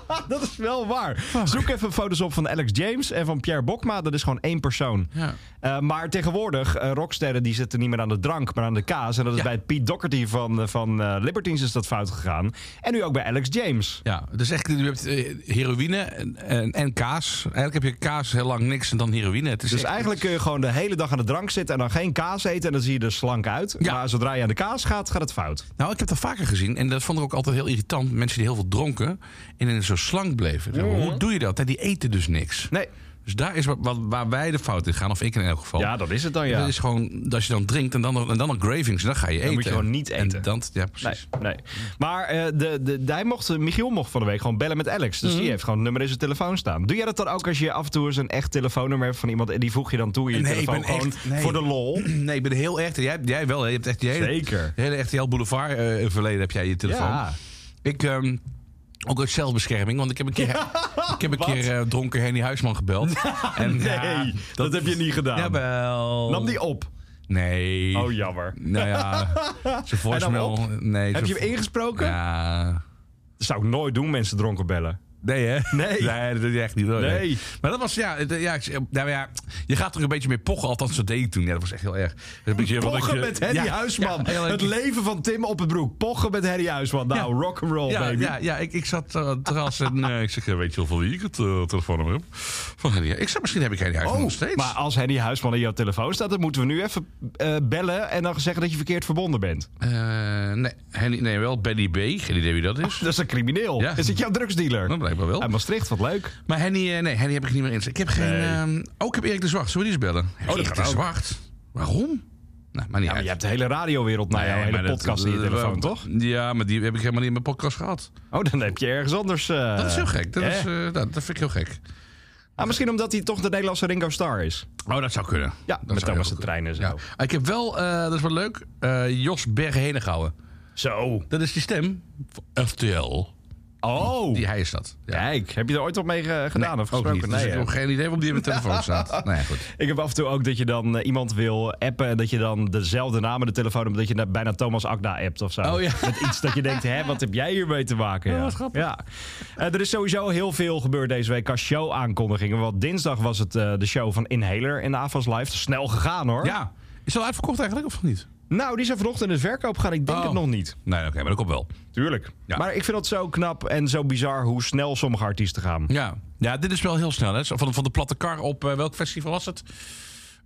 Speaker 2: Ja. dat is wel waar. Zoek even foto's op van Alex James en van Pierre Bokma. Dat is gewoon één persoon.
Speaker 3: Ja.
Speaker 2: Eh, maar tegenwoordig, eh, rocksterren die zitten niet meer aan de drank, maar aan de kaas. En dat is
Speaker 3: Ja.
Speaker 2: bij Pete Doherty van, eh, van eh, Libertines is dat fout gegaan. En nu ook bij Alex James.
Speaker 3: Ja, dus echt, je hebt eh, heroïne en, en, en kaas. Eigenlijk heb je kaas heel lang niks en dan heroïne. Het is
Speaker 2: Dus
Speaker 3: echt-
Speaker 2: eigenlijk kun je gewoon de hele dag aan de drank zitten en dan geen kaas eten. En dan zie je er slank uit.
Speaker 3: Ja.
Speaker 2: Maar zodra je aan de kaas gaat, gaat het fout.
Speaker 3: Nou, ik heb dat vaker gezien en dat vond ik ook altijd heel irritant. Mensen die heel veel dronken en in zo slank bleven. Zeg maar, Hoe doe je dat? En die eten dus niks.
Speaker 2: Nee.
Speaker 3: Dus daar is wat, wat- waar wij de fout in gaan, of ik in elk geval.
Speaker 2: Ja, dat is het dan, ja.
Speaker 3: Dat is gewoon, als je dan drinkt en dan nog, en dan nog cravings, dan ga je eten.
Speaker 2: moet je gewoon niet
Speaker 3: En
Speaker 2: eten.
Speaker 3: dan, ja, precies.
Speaker 2: Nee, nee. Maar eh, de, de, hij mocht, eh, Michiel mocht van de week gewoon bellen met Alex. Dus die heeft gewoon het nummer in zijn telefoon staan. Doe jij dat dan ook als je af en toe eens een echt telefoonnummer hebt van iemand... en die voeg je dan toe in je
Speaker 3: Nee, ik
Speaker 2: telefoon
Speaker 3: ben
Speaker 2: gewoon
Speaker 3: echt- nee.
Speaker 2: voor de lol?
Speaker 3: Nee, ik ben heel echt. Jij, jij wel, hè? Je hebt echt die hele,
Speaker 2: Zeker.
Speaker 3: de hele RTL Boulevard eh, verleden heb jij je telefoon.
Speaker 2: Ja.
Speaker 3: Ik, ehm, ook uit zelfbescherming, want ik heb een keer, *laughs* ik heb een keer eh, dronken Henny Huisman gebeld.
Speaker 2: *laughs*
Speaker 3: en,
Speaker 2: Nee,
Speaker 3: ja,
Speaker 2: dat, heb je niet gedaan.
Speaker 3: Jawel.
Speaker 2: Nam die op.
Speaker 3: Nee.
Speaker 2: Oh, jammer.
Speaker 3: Nou ja,
Speaker 2: *laughs*
Speaker 3: zijn voicemail.
Speaker 2: op?
Speaker 3: Nee,
Speaker 2: Heb
Speaker 3: zijn
Speaker 2: je hem ingesproken?
Speaker 3: Ja.
Speaker 2: Dat zou ik nooit doen, mensen dronken bellen.
Speaker 3: *laughs* Nee, hè?
Speaker 2: Nee.
Speaker 3: dat doe je echt niet. hoor.
Speaker 2: Nee.
Speaker 3: Maar dat was, ja, het, ja, ik- nou ja, je gaat er een beetje mee pochen. Althans, dat deed ik toen. Ja, dat was echt heel erg. Een beetje, wat
Speaker 2: Pochen
Speaker 3: ik, eh,
Speaker 2: met Harry
Speaker 3: ja,
Speaker 2: Huisman.
Speaker 3: ja, heel erg.
Speaker 2: het leven van Tim op het broek. Pochen met Harry Huisman. Nou,
Speaker 3: Ja.
Speaker 2: rock'n'roll,
Speaker 3: ja,
Speaker 2: baby.
Speaker 3: ja, ja, ik, ik zat eh, terras en eh, ik zeg, eh, weet je hoeveel wie ik het eh, telefoonnummer heb? Van Henny. Ik zeg, misschien heb ik Henny Huisman nog Oh, steeds.
Speaker 2: Oh, maar als Henny Huisman in jouw telefoon staat... dan moeten we nu even eh, bellen en dan zeggen dat je verkeerd verbonden bent. *laughs*
Speaker 3: Eh, nee, Henny, nee, wel Benny B. Geen idee wie dat is.
Speaker 2: Dat is een crimineel.
Speaker 3: Ja.
Speaker 2: Is het jouw drugsdealer?
Speaker 3: Dat blijkbaar wel.
Speaker 2: Uit Maastricht, wat leuk. Ah,
Speaker 3: Maar Henny, eh, nee, Henny heb ik niet meer in. Ik heb geen.
Speaker 2: Nee.
Speaker 3: ehm, oh, ik heb Erik de Zwart. Zullen we die eens bellen? Oh,
Speaker 2: dat
Speaker 3: Erik
Speaker 2: kan
Speaker 3: de
Speaker 2: ook.
Speaker 3: Zwart. Waarom? Nou, maar niet
Speaker 2: Ja, maar
Speaker 3: uit.
Speaker 2: je hebt de hele radiowereld naar jouw
Speaker 3: Nee, maar
Speaker 2: hele
Speaker 3: dat-
Speaker 2: podcast in je
Speaker 3: dat-
Speaker 2: telefoon,
Speaker 3: wel-
Speaker 2: toch?
Speaker 3: Ja, maar die heb ik helemaal niet in mijn podcast gehad.
Speaker 2: Oh, dan heb je ergens anders... eh,
Speaker 3: Dat is heel gek. Dat,
Speaker 2: hè?
Speaker 3: is, eh, dat, dat vind ik heel gek.
Speaker 2: Ah, misschien omdat hij toch de Nederlandse Ringo Starr is.
Speaker 3: Oh, dat zou kunnen.
Speaker 2: Ja,
Speaker 3: dat
Speaker 2: met
Speaker 3: zou
Speaker 2: Thomas de
Speaker 3: heel goed
Speaker 2: Trein en zo.
Speaker 3: kunnen. Ja. Ah, Ik heb wel, eh, dat is wel leuk, eh, Jos Bergen-Henegouwen.
Speaker 2: Zo.
Speaker 3: Dat is die stem. van FTL.
Speaker 2: Oh.
Speaker 3: Die hij is dat. Ja.
Speaker 2: Kijk, heb je er ooit wat mee eh, gedaan of
Speaker 3: ook
Speaker 2: gesproken?
Speaker 3: niet. Dus ik
Speaker 2: hè?
Speaker 3: heb ook geen idee waarom die in mijn telefoon *laughs* staat. Nou ja, goed.
Speaker 2: Ik heb af en toe ook dat je dan eh, iemand wil appen... en dat je dan dezelfde naam in de telefoon hebt... dat je na- bijna Thomas Agda appt of zo.
Speaker 3: Oh ja. Oh,
Speaker 2: Met iets dat je denkt, hè, wat heb jij hiermee te maken? Ja, Ja. Eh, er is sowieso heel veel gebeurd deze week qua show-aankondigingen. Want dinsdag was het eh, de show van Inhaler in de Avas Live. Snel gegaan, hoor.
Speaker 3: Ja, is dat uitverkocht eigenlijk of niet?
Speaker 2: Nou, die zijn vanochtend in de verkoop gegaan. Ik denk
Speaker 3: Oh.
Speaker 2: het nog niet.
Speaker 3: Nee, oké, maar dat komt wel.
Speaker 2: Tuurlijk.
Speaker 3: Ja.
Speaker 2: Maar ik vind dat zo knap en zo bizar hoe snel sommige artiesten gaan.
Speaker 3: Ja, ja dit is wel heel snel. Hè? Zo Van, van de platte kar op eh, welk festival was het?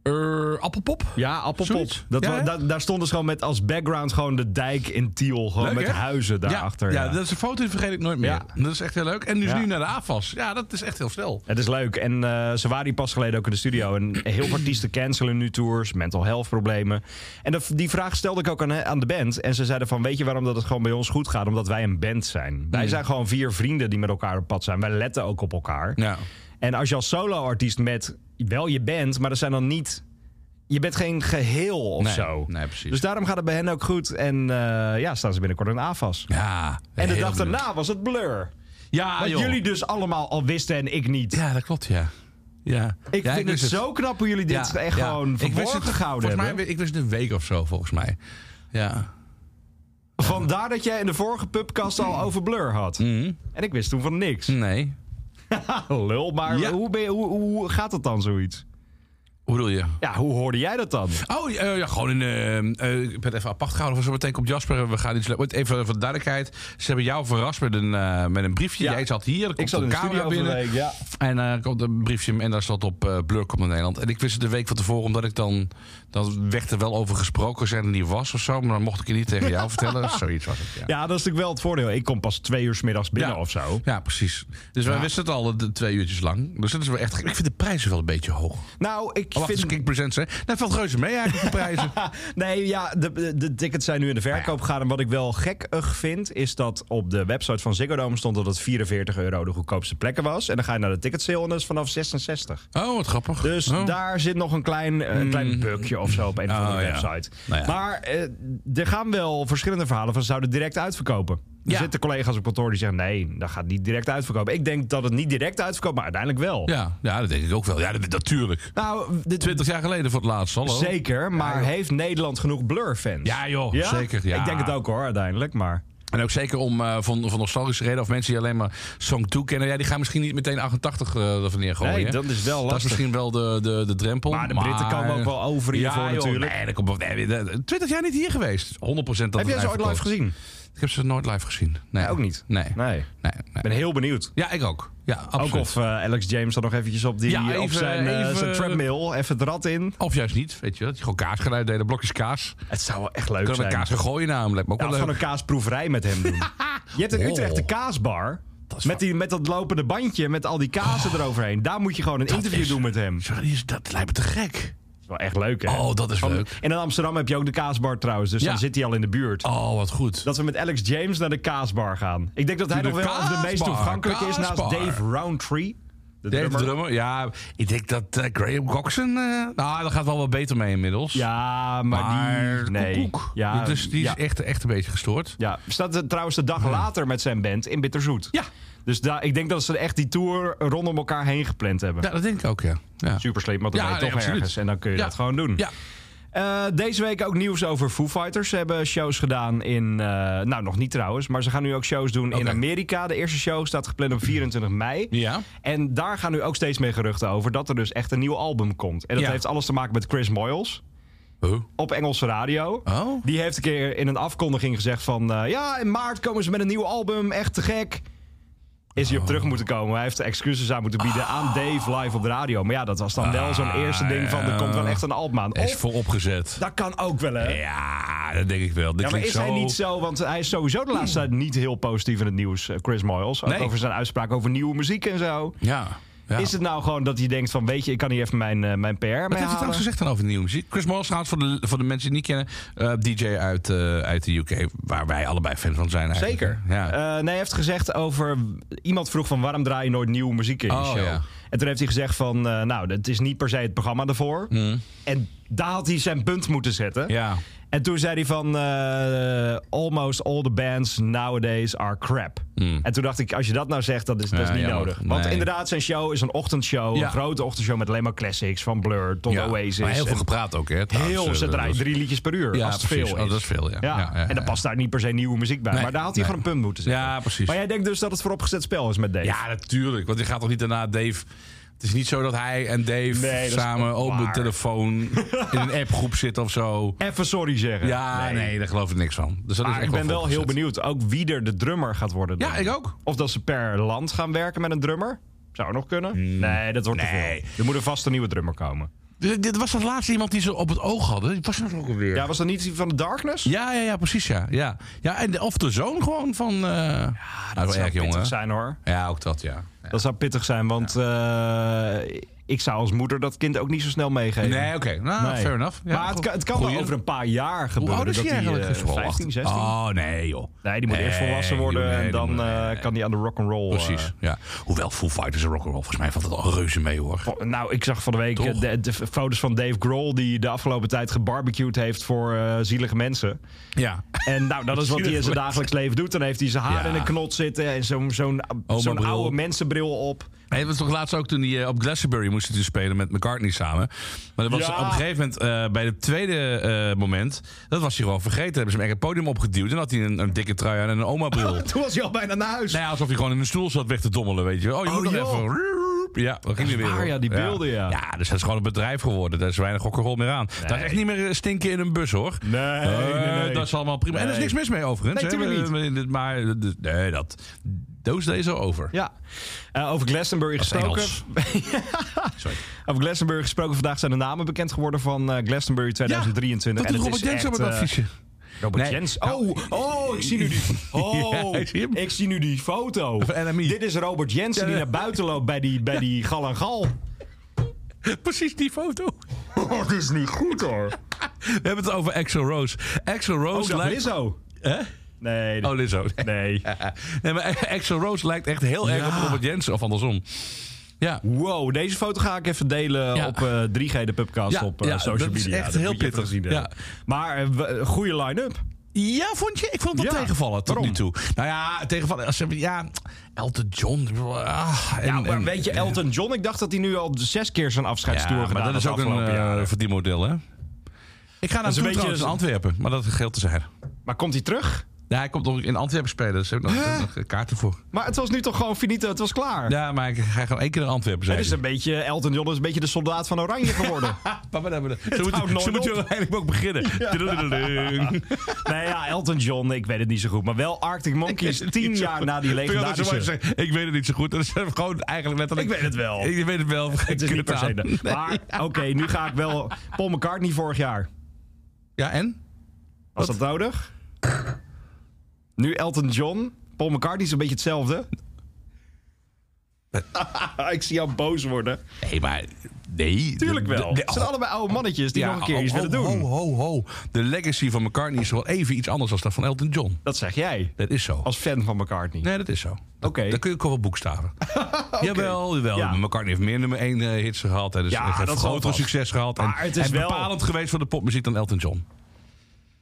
Speaker 3: Eh, Appelpop?
Speaker 2: Ja, Appelpop.
Speaker 3: Zoiets?
Speaker 2: Dat,
Speaker 3: Ja,
Speaker 2: wa-
Speaker 3: hè?
Speaker 2: da- daar stonden ze gewoon met als background gewoon de dijk in Tiel. Gewoon
Speaker 3: Leuk,
Speaker 2: met
Speaker 3: hè?
Speaker 2: huizen daarachter.
Speaker 3: Ja, ja. dat is een foto die vergeet ik nooit meer.
Speaker 2: Ja.
Speaker 3: Dat is echt heel leuk. En dus
Speaker 2: Ja.
Speaker 3: nu naar de AFAS. Ja, dat is echt heel snel.
Speaker 2: Het is leuk. En eh, ze waren hier pas geleden ook in de studio. En heel veel artiesten cancelen nu tours, mental health problemen. En dat- die vraag stelde ik ook aan, aan de band. En ze zeiden van, weet je waarom dat het gewoon bij ons goed gaat? Omdat wij een band zijn.
Speaker 3: Hmm.
Speaker 2: Wij zijn gewoon vier vrienden die met elkaar op pad zijn. Wij letten ook op elkaar.
Speaker 3: Ja.
Speaker 2: En als je als solo-artiest met wel je bent, maar er zijn dan niet... Je bent geen geheel of
Speaker 3: Nee,
Speaker 2: zo.
Speaker 3: nee, precies.
Speaker 2: Dus daarom gaat het bij hen ook goed. En eh, ja, staan ze binnenkort in AFAS.
Speaker 3: Ja.
Speaker 2: En de
Speaker 3: heel
Speaker 2: dag
Speaker 3: benieuwd.
Speaker 2: daarna was het Blur.
Speaker 3: Ja,
Speaker 2: Wat
Speaker 3: joh.
Speaker 2: jullie dus allemaal al wisten en ik niet.
Speaker 3: Ja, dat klopt, ja. Ja.
Speaker 2: Ik
Speaker 3: Ja,
Speaker 2: vind
Speaker 3: wist
Speaker 2: het zo knap hoe jullie dit
Speaker 3: Ja,
Speaker 2: echt
Speaker 3: ja.
Speaker 2: gewoon
Speaker 3: Ik wist
Speaker 2: verborgen
Speaker 3: het-
Speaker 2: gehouden
Speaker 3: volgens
Speaker 2: hebben.
Speaker 3: Mij, ik wist het een week of zo, volgens mij. Ja.
Speaker 2: Vandaar dat jij in de vorige pubkast
Speaker 3: Mm.
Speaker 2: al over Blur had. En ik wist toen van niks. Oh,
Speaker 3: Nee.
Speaker 2: Lul, maar
Speaker 3: Mm. Ja.
Speaker 2: hoe, ben je- hoe, hoe gaat dat dan zoiets?
Speaker 3: Hoe bedoel je?
Speaker 2: Ja, hoe hoorde jij dat dan?
Speaker 3: Oh, eh, ja, gewoon in... eh, eh, ik ben even apart gehouden. Voor zo meteen komt Jasper. en We gaan iets... le- Even voor de duidelijkheid. Ze hebben jou verrast met een, eh, met een briefje.
Speaker 2: Ja.
Speaker 3: Jij zat hier. Er komt
Speaker 2: Ik zat in
Speaker 3: een
Speaker 2: de
Speaker 3: camera
Speaker 2: studio van de
Speaker 3: binnen.
Speaker 2: week, ja.
Speaker 3: En eh, er komt een briefje en daar staat op eh, Blur komt naar Nederland. En ik wist het de week van tevoren, omdat ik dan... Dan werd er wel over gesproken, zijn er niet was of zo. Maar dan mocht ik het niet tegen
Speaker 2: *laughs*
Speaker 3: jou vertellen. Zoiets was het, ja.
Speaker 2: Ja, dat is natuurlijk wel het voordeel. Ik kom pas twee uur 's middags binnen
Speaker 3: Ja.
Speaker 2: of zo.
Speaker 3: Ja, precies. Dus wij
Speaker 2: Ja.
Speaker 3: wisten het al eh, de twee uurtjes lang. Dus dat is wel echt... Ik vind de prijzen wel een beetje hoog. Oh,
Speaker 2: Nou, ik
Speaker 3: wacht,
Speaker 2: vind...
Speaker 3: dat is King Presents, hè? Dat valt reuze mee eigenlijk,
Speaker 2: *laughs*
Speaker 3: de prijzen.
Speaker 2: Nee, ja, de, de- de tickets zijn nu in de
Speaker 3: Nou
Speaker 2: verkoop gegaan. En wat ik wel gekkig vind, is dat op de website van Ziggo Dome stond dat het 44 euro de goedkoopste plekken was. En dan ga je naar de ticketsale en dat is vanaf 66.
Speaker 3: Oh, wat grappig.
Speaker 2: Dus
Speaker 3: Oh. Mm.
Speaker 2: daar zit nog een klein, eh, een klein bukje of zo op een of andere
Speaker 3: Oh, ja.
Speaker 2: website.
Speaker 3: Nou ja.
Speaker 2: Maar eh, er gaan wel verschillende verhalen van ze zouden direct uitverkopen. Er
Speaker 3: Ja.
Speaker 2: zitten collega's op kantoor die zeggen nee, dat gaat niet direct uitverkopen. Ik denk dat het niet direct uitverkoopt, maar uiteindelijk wel.
Speaker 3: Ja, ja, dat denk ik ook wel. Ja, dat- natuurlijk.
Speaker 2: Nou, dit,
Speaker 3: 20 jaar geleden voor het laatst, hallo.
Speaker 2: zeker, maar heeft Nederland genoeg Blur-fans?
Speaker 3: Ja, joh, zeker. Ja.
Speaker 2: Ik denk het ook hoor, uiteindelijk, maar...
Speaker 3: En ook zeker om eh, van, van nostalgische reden of mensen die alleen maar Song 2 kennen. Ja, die gaan misschien niet meteen 88 eh ervan neergooien.
Speaker 2: Nee, dat is wel
Speaker 3: Dat is
Speaker 2: lastig.
Speaker 3: misschien wel de, de, de drempel.
Speaker 2: Maar de Britten komen ook wel over hiervoor
Speaker 3: ja, joh,
Speaker 2: natuurlijk.
Speaker 3: Nee, dat komt, nee, dat- 20 jaar niet hier geweest. 100% dat
Speaker 2: Heb jij ze ooit live gezien?
Speaker 3: Ik heb ze nooit live gezien. Nee,
Speaker 2: Ja, ook niet.
Speaker 3: Nee. nee.
Speaker 2: Nee.
Speaker 3: nee.
Speaker 2: Ik ben heel benieuwd.
Speaker 3: Ja, ik ook. Ja, absoluut.
Speaker 2: Ook of eh, Alex James dan nog eventjes op, die,
Speaker 3: Ja, even-
Speaker 2: op zijn, eh,
Speaker 3: even-
Speaker 2: zijn treadmill even het rad in.
Speaker 3: Of juist niet, weet je. Dat je gewoon kaas gaat uitdelen, blokjes kaas.
Speaker 2: Het zou wel echt leuk
Speaker 3: Kunnen we
Speaker 2: zijn.
Speaker 3: kaas gaan gooien namelijk. Maar ook
Speaker 2: Ja,
Speaker 3: wel
Speaker 2: of
Speaker 3: leuk.
Speaker 2: gewoon een kaasproeverij met
Speaker 3: *laughs*
Speaker 2: hem doen. Je hebt in
Speaker 3: Oh.
Speaker 2: Utrecht de kaasbar.
Speaker 3: Dat is
Speaker 2: Met,
Speaker 3: wel-
Speaker 2: die,
Speaker 3: Oh.
Speaker 2: met dat lopende bandje, met al die kazen eroverheen. Daar moet je gewoon een
Speaker 3: Dat
Speaker 2: interview
Speaker 3: is-
Speaker 2: doen met hem. Dat
Speaker 3: Zo, die is- dat lijkt me te gek.
Speaker 2: is wel echt leuk, hè?
Speaker 3: Oh, dat is leuk.
Speaker 2: En in Amsterdam heb je ook de kaasbar trouwens, dus
Speaker 3: Ja.
Speaker 2: dan zit hij al in de buurt.
Speaker 3: Oh, wat goed.
Speaker 2: Dat we met Alex James naar de kaasbar gaan. Ik denk dat hij
Speaker 3: De
Speaker 2: nog wel de meest
Speaker 3: kaasbar,
Speaker 2: toegankelijke is naast
Speaker 3: kaasbar.
Speaker 2: Dave Roundtree. De
Speaker 3: Dave
Speaker 2: drummer.
Speaker 3: drummer. ja. Ik denk dat eh, Graham Coxon... eh, nou, dat gaat wel wat beter mee inmiddels.
Speaker 2: Ja, maar, die... Nee.
Speaker 3: koekoek.
Speaker 2: Ja,
Speaker 3: Dat is, die
Speaker 2: ja.
Speaker 3: is echt, echt een beetje gestoord.
Speaker 2: Ja, staat er trouwens de dag later met zijn band in Bitterzoet.
Speaker 3: Ja.
Speaker 2: Dus daar ik denk dat ze echt die tour rondom elkaar heen gepland hebben.
Speaker 3: Ja, dat denk ik ook, ja. ja.
Speaker 2: Super sleep, maar dan
Speaker 3: Ja,
Speaker 2: ben je
Speaker 3: nee,
Speaker 2: toch
Speaker 3: absoluut.
Speaker 2: ergens. En dan kun je
Speaker 3: Ja.
Speaker 2: dat gewoon doen.
Speaker 3: Ja.
Speaker 2: Eh, deze week ook nieuws over Foo Fighters. Ze hebben shows gedaan in... eh, nou, nog niet trouwens. Maar ze gaan nu ook shows doen in
Speaker 3: Oké.
Speaker 2: Amerika. De eerste show staat gepland op 24 mei.
Speaker 3: Ja.
Speaker 2: En daar gaan nu ook steeds meer geruchten over... dat er dus echt een nieuw album komt. En dat
Speaker 3: Ja.
Speaker 2: heeft alles te maken met Chris Moyles.
Speaker 3: Huh?
Speaker 2: Op Engelse radio.
Speaker 3: Oh.
Speaker 2: Die heeft een keer in een afkondiging gezegd van... eh, ja, in maart komen ze met een nieuw album, echt te gek. Is hij op
Speaker 3: Oh.
Speaker 2: terug moeten komen. Hij heeft excuses aan moeten bieden aan Dave live op de radio. Maar ja, dat was dan wel zo'n eerste ding van... er komt wel echt een album aan.
Speaker 3: Ah, Is
Speaker 2: Of,
Speaker 3: vooropgezet.
Speaker 2: dat kan ook wel, hè?
Speaker 3: Ja, dat denk ik wel. Dit
Speaker 2: Ja, maar
Speaker 3: klinkt
Speaker 2: is hij
Speaker 3: zo...
Speaker 2: niet zo? Want hij is sowieso de laatste tijd niet heel positief in het nieuws, eh, Chris Moyles. Ook
Speaker 3: Nee.
Speaker 2: over zijn uitspraak over nieuwe muziek en zo.
Speaker 3: Ja. ja.
Speaker 2: Is het nou gewoon dat hij denkt van... weet je, ik kan hier even mijn, eh, mijn PR mee
Speaker 3: Wat heeft hij
Speaker 2: halen?
Speaker 3: trouwens gezegd dan over nieuwe muziek? Chris Morris trouwens, voor de, voor de mensen die het niet kennen, eh, DJ uit, eh, uit de UK, waar wij allebei fan van zijn eigenlijk.
Speaker 2: Zeker.
Speaker 3: Ja.
Speaker 2: Eh, nee, hij heeft gezegd over... Iemand vroeg van waarom draai je nooit nieuwe muziek in je
Speaker 3: Oh,
Speaker 2: show?
Speaker 3: ja.
Speaker 2: En toen heeft hij gezegd van... eh, nou, het is niet per se het programma daarvoor. En daar had hij zijn punt moeten zetten.
Speaker 3: Mm. ja.
Speaker 2: En toen zei hij van... eh, almost all the bands nowadays are crap. En toen dacht ik, als je dat nou zegt, dat is, dat is
Speaker 3: Ja,
Speaker 2: niet
Speaker 3: jammer.
Speaker 2: nodig. Want
Speaker 3: Mm. Nee.
Speaker 2: inderdaad, zijn show is een ochtendshow.
Speaker 3: Ja.
Speaker 2: Een grote ochtendshow met alleen maar classics. Van Blur tot
Speaker 3: Ja.
Speaker 2: Oasis.
Speaker 3: Maar heel veel
Speaker 2: En
Speaker 3: gepraat ook, hè? trouwens.
Speaker 2: heel,
Speaker 3: Eh,
Speaker 2: ze
Speaker 3: dat
Speaker 2: draaien
Speaker 3: was-
Speaker 2: drie liedjes per uur.
Speaker 3: Ja,
Speaker 2: als het
Speaker 3: precies.
Speaker 2: veel is.
Speaker 3: Oh, dat is veel, ja.
Speaker 2: Ja,
Speaker 3: Ja, ja,
Speaker 2: en
Speaker 3: ja.
Speaker 2: dan past daar niet per se nieuwe muziek bij.
Speaker 3: Nee,
Speaker 2: maar daar had hij
Speaker 3: nee.
Speaker 2: gewoon een punt moeten zetten.
Speaker 3: Ja, precies.
Speaker 2: Maar jij denkt dus dat het vooropgezet spel is met deze?
Speaker 3: Ja, natuurlijk. Want die gaat toch niet daarna Dave. Het is niet zo dat hij en Dave
Speaker 2: Nee, dat is
Speaker 3: samen
Speaker 2: ook
Speaker 3: op de
Speaker 2: waar.
Speaker 3: telefoon in
Speaker 2: *laughs*
Speaker 3: een appgroep zitten of zo.
Speaker 2: Even sorry zeggen.
Speaker 3: Ja, nee, daar geloof ik niks van. Dus dat is
Speaker 2: Maar
Speaker 3: echt
Speaker 2: ik
Speaker 3: wel
Speaker 2: ben wel heel
Speaker 3: vooropgezet.
Speaker 2: benieuwd ook wie er de drummer gaat worden. dan.
Speaker 3: Ja, ik ook.
Speaker 2: Of dat ze per land gaan werken met een drummer. Zou nog kunnen? Nee, dat wordt
Speaker 3: Hmm. Nee.
Speaker 2: te veel. Er moet een vast een nieuwe drummer komen.
Speaker 3: Dit- Dit was dat laatste iemand die ze op het oog hadden. Die was dat ook alweer.
Speaker 2: Ja, was dat niet die van de Darkness?
Speaker 3: Ja, ja, ja, precies, ja. ja. ja en de, of de zoon gewoon van... eh ja,
Speaker 2: dat zou pittig zijn hoor.
Speaker 3: Ja, ook dat, ja. Ja.
Speaker 2: Dat zou pittig zijn, want eh, ik zou als moeder dat kind ook niet zo snel meegeven.
Speaker 3: Nee, oké. Nou,
Speaker 2: Nee.
Speaker 3: fair enough. Ja,
Speaker 2: maar het,
Speaker 3: goed.
Speaker 2: kan- het kan
Speaker 3: Goeie.
Speaker 2: wel over een paar jaar gebeuren.
Speaker 3: Hoe oud is
Speaker 2: dat
Speaker 3: hij eigenlijk?
Speaker 2: eh,
Speaker 3: Vooral
Speaker 2: 15,
Speaker 3: acht.
Speaker 2: 16.
Speaker 3: Oh, nee, joh.
Speaker 2: Nee, die moet eerst
Speaker 3: Nee,
Speaker 2: volwassen worden
Speaker 3: joh, nee,
Speaker 2: en
Speaker 3: die
Speaker 2: dan
Speaker 3: moet-
Speaker 2: eh,
Speaker 3: nee, nee.
Speaker 2: kan die aan de eh, rock and roll.
Speaker 3: Precies, ja. Hoewel Foo Fighters en rock'n'roll, volgens mij valt het al reuze mee, hoor.
Speaker 2: eh. nou, ik zag van de week
Speaker 3: Toch?
Speaker 2: eh, de, de foto's van Dave Grohl die de afgelopen tijd gebarbecued heeft voor eh, zielige mensen.
Speaker 3: Ja.
Speaker 2: En nou, dat is wat hij in zijn dagelijks leven doet. Dan heeft hij zijn haar
Speaker 3: Ja.
Speaker 2: in een knot zitten en zo'n zo'n zo'n
Speaker 3: bril.
Speaker 2: oude mensenbril op.
Speaker 3: Hij was toch laatst ook toen hij eh, op Glastonbury moest hij dus spelen met McCartney samen. Maar dat was
Speaker 2: Ja.
Speaker 3: op een gegeven moment eh, bij het tweede eh, moment. Dat was hij gewoon vergeten. Hebben ze hem echt het podium opgeduwd. En had hij een, een dikke trui aan en een
Speaker 2: *laughs*
Speaker 3: oma-bril. nou
Speaker 2: Toen was hij al bijna naar huis.
Speaker 3: ja, alsof hij gewoon in een stoel zat weg te dommelen, weet je. wel. Oh, je
Speaker 2: Oh,
Speaker 3: moet nog
Speaker 2: joh.
Speaker 3: even. Ja, dat ging hij weer.
Speaker 2: waar,
Speaker 3: hoor.
Speaker 2: ja, die beelden, ja.
Speaker 3: Ja, dus dat is gewoon een bedrijf geworden. Daar is weinig rock'n'roll meer aan. Daar is echt niet meer eh, stinken in een bus, hoor.
Speaker 2: Nee, nee, nee.
Speaker 3: Eh, Dat is allemaal prima. En er is
Speaker 2: Nee.
Speaker 3: niks mis mee, overigens.
Speaker 2: Nee,
Speaker 3: hè.
Speaker 2: tuurlijk
Speaker 3: We- we- Maar, eh, nee, dat... Those days are over.
Speaker 2: Ja. Eh, over Glastonbury
Speaker 3: is
Speaker 2: gesproken.
Speaker 3: Engels. *laughs* Sorry.
Speaker 2: Over Glastonbury gesproken. Vandaag zijn de namen bekend geworden van eh, Glastonbury 2023.
Speaker 3: dat doet
Speaker 2: het
Speaker 3: Robert
Speaker 2: is
Speaker 3: Jensen op
Speaker 2: echt,
Speaker 3: het
Speaker 2: eh,
Speaker 3: adviesje.
Speaker 2: Robert
Speaker 3: Nee.
Speaker 2: Jensen.
Speaker 3: Nou,
Speaker 2: Oh, oh, ik zie nu die. Oh,
Speaker 3: *laughs* Ja, ik zie hem.
Speaker 2: ik zie nu die foto.
Speaker 3: Van NMI.
Speaker 2: Dit is Robert Jensen die
Speaker 3: Ja.
Speaker 2: naar buiten loopt bij die, bij die gal en gal.
Speaker 3: Precies die foto.
Speaker 2: Oh, dit is niet goed hoor.
Speaker 3: We hebben het over Axel Rose. Axel
Speaker 2: Oh,
Speaker 3: Rose
Speaker 2: dat
Speaker 3: lijkt...
Speaker 2: Lizzo.
Speaker 3: Hè?
Speaker 2: Nee.
Speaker 3: Oh, Lizzo.
Speaker 2: nee.
Speaker 3: Nee, maar *laughs* Axel Rose lijkt echt heel erg op Robert Jensen. Of andersom. Ja.
Speaker 2: Wow, deze foto ga ik even delen
Speaker 3: Ja.
Speaker 2: op eh, 3G de Pubcast
Speaker 3: Ja,
Speaker 2: op eh,
Speaker 3: ja,
Speaker 2: social
Speaker 3: dat is
Speaker 2: media.
Speaker 3: echt heel
Speaker 2: moet je even
Speaker 3: pittig.
Speaker 2: zien, hè.
Speaker 3: Ja.
Speaker 2: Maar eh, we- goede line-up.
Speaker 3: Ja, vond je? Ik vond het wel
Speaker 2: Ja.
Speaker 3: tegenvallen tot
Speaker 2: Waarom?
Speaker 3: nu toe. Nou ja, tegenvallen. Als ze- Ja, Elton John. Ah, en-
Speaker 2: Ja, maar
Speaker 3: en-
Speaker 2: weet je, Elton John, ik dacht dat hij nu al zes keer zijn
Speaker 3: Ja,
Speaker 2: afscheidstour
Speaker 3: maar
Speaker 2: gedaan
Speaker 3: dat is
Speaker 2: had
Speaker 3: ook een
Speaker 2: afgelopen
Speaker 3: eh,
Speaker 2: jaren.
Speaker 3: verdienmodel, hè? Ik ga naar
Speaker 2: is een
Speaker 3: een beetje
Speaker 2: beetje-
Speaker 3: trouwens in Antwerpen, maar dat geldt te zijn.
Speaker 2: Maar komt hij terug?
Speaker 3: Ja, hij komt nog in Antwerpen spelen. Dus daar heb ik nog, daar heb ik nog kaarten voor.
Speaker 2: Maar het was nu toch gewoon finito, het was klaar.
Speaker 3: Ja, maar ik ga gewoon één keer naar Antwerpen zijn.
Speaker 2: Het is een beetje, Elton John is een beetje de soldaat van Oranje geworden.
Speaker 3: *laughs* Zo moet,
Speaker 2: houdt nooit
Speaker 3: zo moet je
Speaker 2: op.
Speaker 3: eigenlijk ook beginnen. Tududududung.
Speaker 2: nee ja, Elton John, ik weet het niet zo goed. Maar wel Arctic Monkeys, tien jaar na die
Speaker 3: Vind je dat zo mooi
Speaker 2: legendarische...
Speaker 3: zeggen? Ik weet het niet zo goed. Dat is gewoon eigenlijk letterlijk...
Speaker 2: Ik weet het wel.
Speaker 3: Ik weet het wel.
Speaker 2: Het is niet per se.
Speaker 3: Kut aan.
Speaker 2: de- Maar oké, nu ga ik wel... Paul McCartney vorig jaar.
Speaker 3: Ja, en?
Speaker 2: Was dat nodig? Nu Elton John. Paul McCartney is een beetje
Speaker 3: *laughs*
Speaker 2: hetzelfde. ik zie jou boos worden.
Speaker 3: Nee, maar... Nee.
Speaker 2: Tuurlijk
Speaker 3: De- de-
Speaker 2: wel.
Speaker 3: de- oh.
Speaker 2: Het zijn allebei oude mannetjes die
Speaker 3: Ja, oh,
Speaker 2: nog een keer
Speaker 3: ho,
Speaker 2: iets willen
Speaker 3: ho,
Speaker 2: doen.
Speaker 3: Ho, ho, ho. oh. De legacy van McCartney is wel even iets anders dan dat van Elton John.
Speaker 2: Dat zeg jij.
Speaker 3: Dat is zo.
Speaker 2: Als fan van McCartney.
Speaker 3: Nee, dat is zo. Dat-
Speaker 2: Oké.
Speaker 3: Dan kun je ook wel *laughs* boekstaven. Jawel, jawel.
Speaker 2: Ja.
Speaker 3: McCartney heeft meer nummer 1 hits gehad. En dus
Speaker 2: Ja,
Speaker 3: hij heeft
Speaker 2: dat zal
Speaker 3: grotere
Speaker 2: vast.
Speaker 3: succes gehad. En
Speaker 2: Maar het is
Speaker 3: hij
Speaker 2: wel-
Speaker 3: bepalend geweest voor de popmuziek dan Elton John.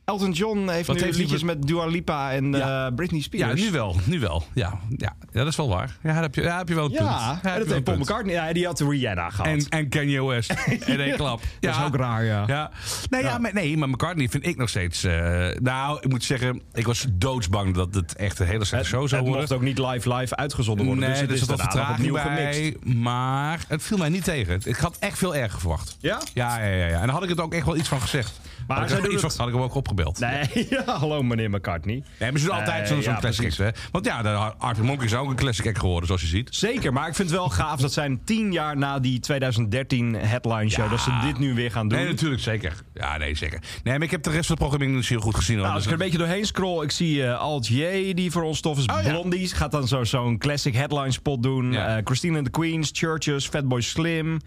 Speaker 2: Elton John heeft
Speaker 3: Wat
Speaker 2: nu
Speaker 3: heeft hij
Speaker 2: liedjes met Dua Lipa en
Speaker 3: Ja.
Speaker 2: eh, Britney
Speaker 3: Ja,
Speaker 2: Spears.
Speaker 3: nu wel. Nu wel. Ja, ja. ja dat is wel waar. Ja, daar heb je, daar heb je wel een punt. Daar
Speaker 2: Ja,
Speaker 3: heb je
Speaker 2: en dat
Speaker 3: wel een
Speaker 2: heeft Paul
Speaker 3: punt.
Speaker 2: McCartney. Ja, die had Rihanna gehad.
Speaker 3: En, en Kanye West. *laughs* In één klap.
Speaker 2: Dat is ook raar, ja.
Speaker 3: Ja. Nee, ja. maar, nee, maar McCartney vind ik nog steeds... eh, nou, ik moet zeggen, ik was doodsbang dat het echt een hele slechte show
Speaker 2: het
Speaker 3: zou worden.
Speaker 2: mocht ook niet live live uitgezonden worden.
Speaker 3: Nee,
Speaker 2: dus het
Speaker 3: er
Speaker 2: is
Speaker 3: zat wat
Speaker 2: daarna nog
Speaker 3: vertraging
Speaker 2: opnieuw
Speaker 3: bij,
Speaker 2: gemixt.
Speaker 3: maar het viel mij niet tegen. Het- Ik had echt veel erger verwacht.
Speaker 2: Ja?
Speaker 3: Ja, ja, ja. ja. En dan had ik het ook echt wel iets van gezegd.
Speaker 2: Maar
Speaker 3: Maar had ik,
Speaker 2: zij
Speaker 3: er
Speaker 2: doen
Speaker 3: iets van,
Speaker 2: het-
Speaker 3: had ik hem ook opgebeld. Nee,
Speaker 2: Nee, *laughs* ja, hallo meneer McCartney.
Speaker 3: maar ze doen altijd
Speaker 2: Eh,
Speaker 3: zo'n zo'n
Speaker 2: ja,
Speaker 3: classic act, hè. Want ja, de Arctic Monkey is ook een classic act geworden, zoals je ziet.
Speaker 2: Zeker, maar ik vind het wel gaaf dat zijn tien jaar na die 2013 headline show...
Speaker 3: Ja.
Speaker 2: dat ze dit nu weer gaan doen.
Speaker 3: Nee, natuurlijk, zeker. Ja, nee, zeker. Nee, maar ik heb de rest van de programmering niet heel goed gezien. hoor.
Speaker 2: Nou, als ik
Speaker 3: Dus
Speaker 2: er een beetje doorheen scroll, ik zie eh, Alt J die voor ons tof is.
Speaker 3: Oh, ja.
Speaker 2: Blondie gaat dan zo- zo'n classic headline spot doen.
Speaker 3: Ja.
Speaker 2: Eh, Christine and the Queens, Churches, Fatboy Slim...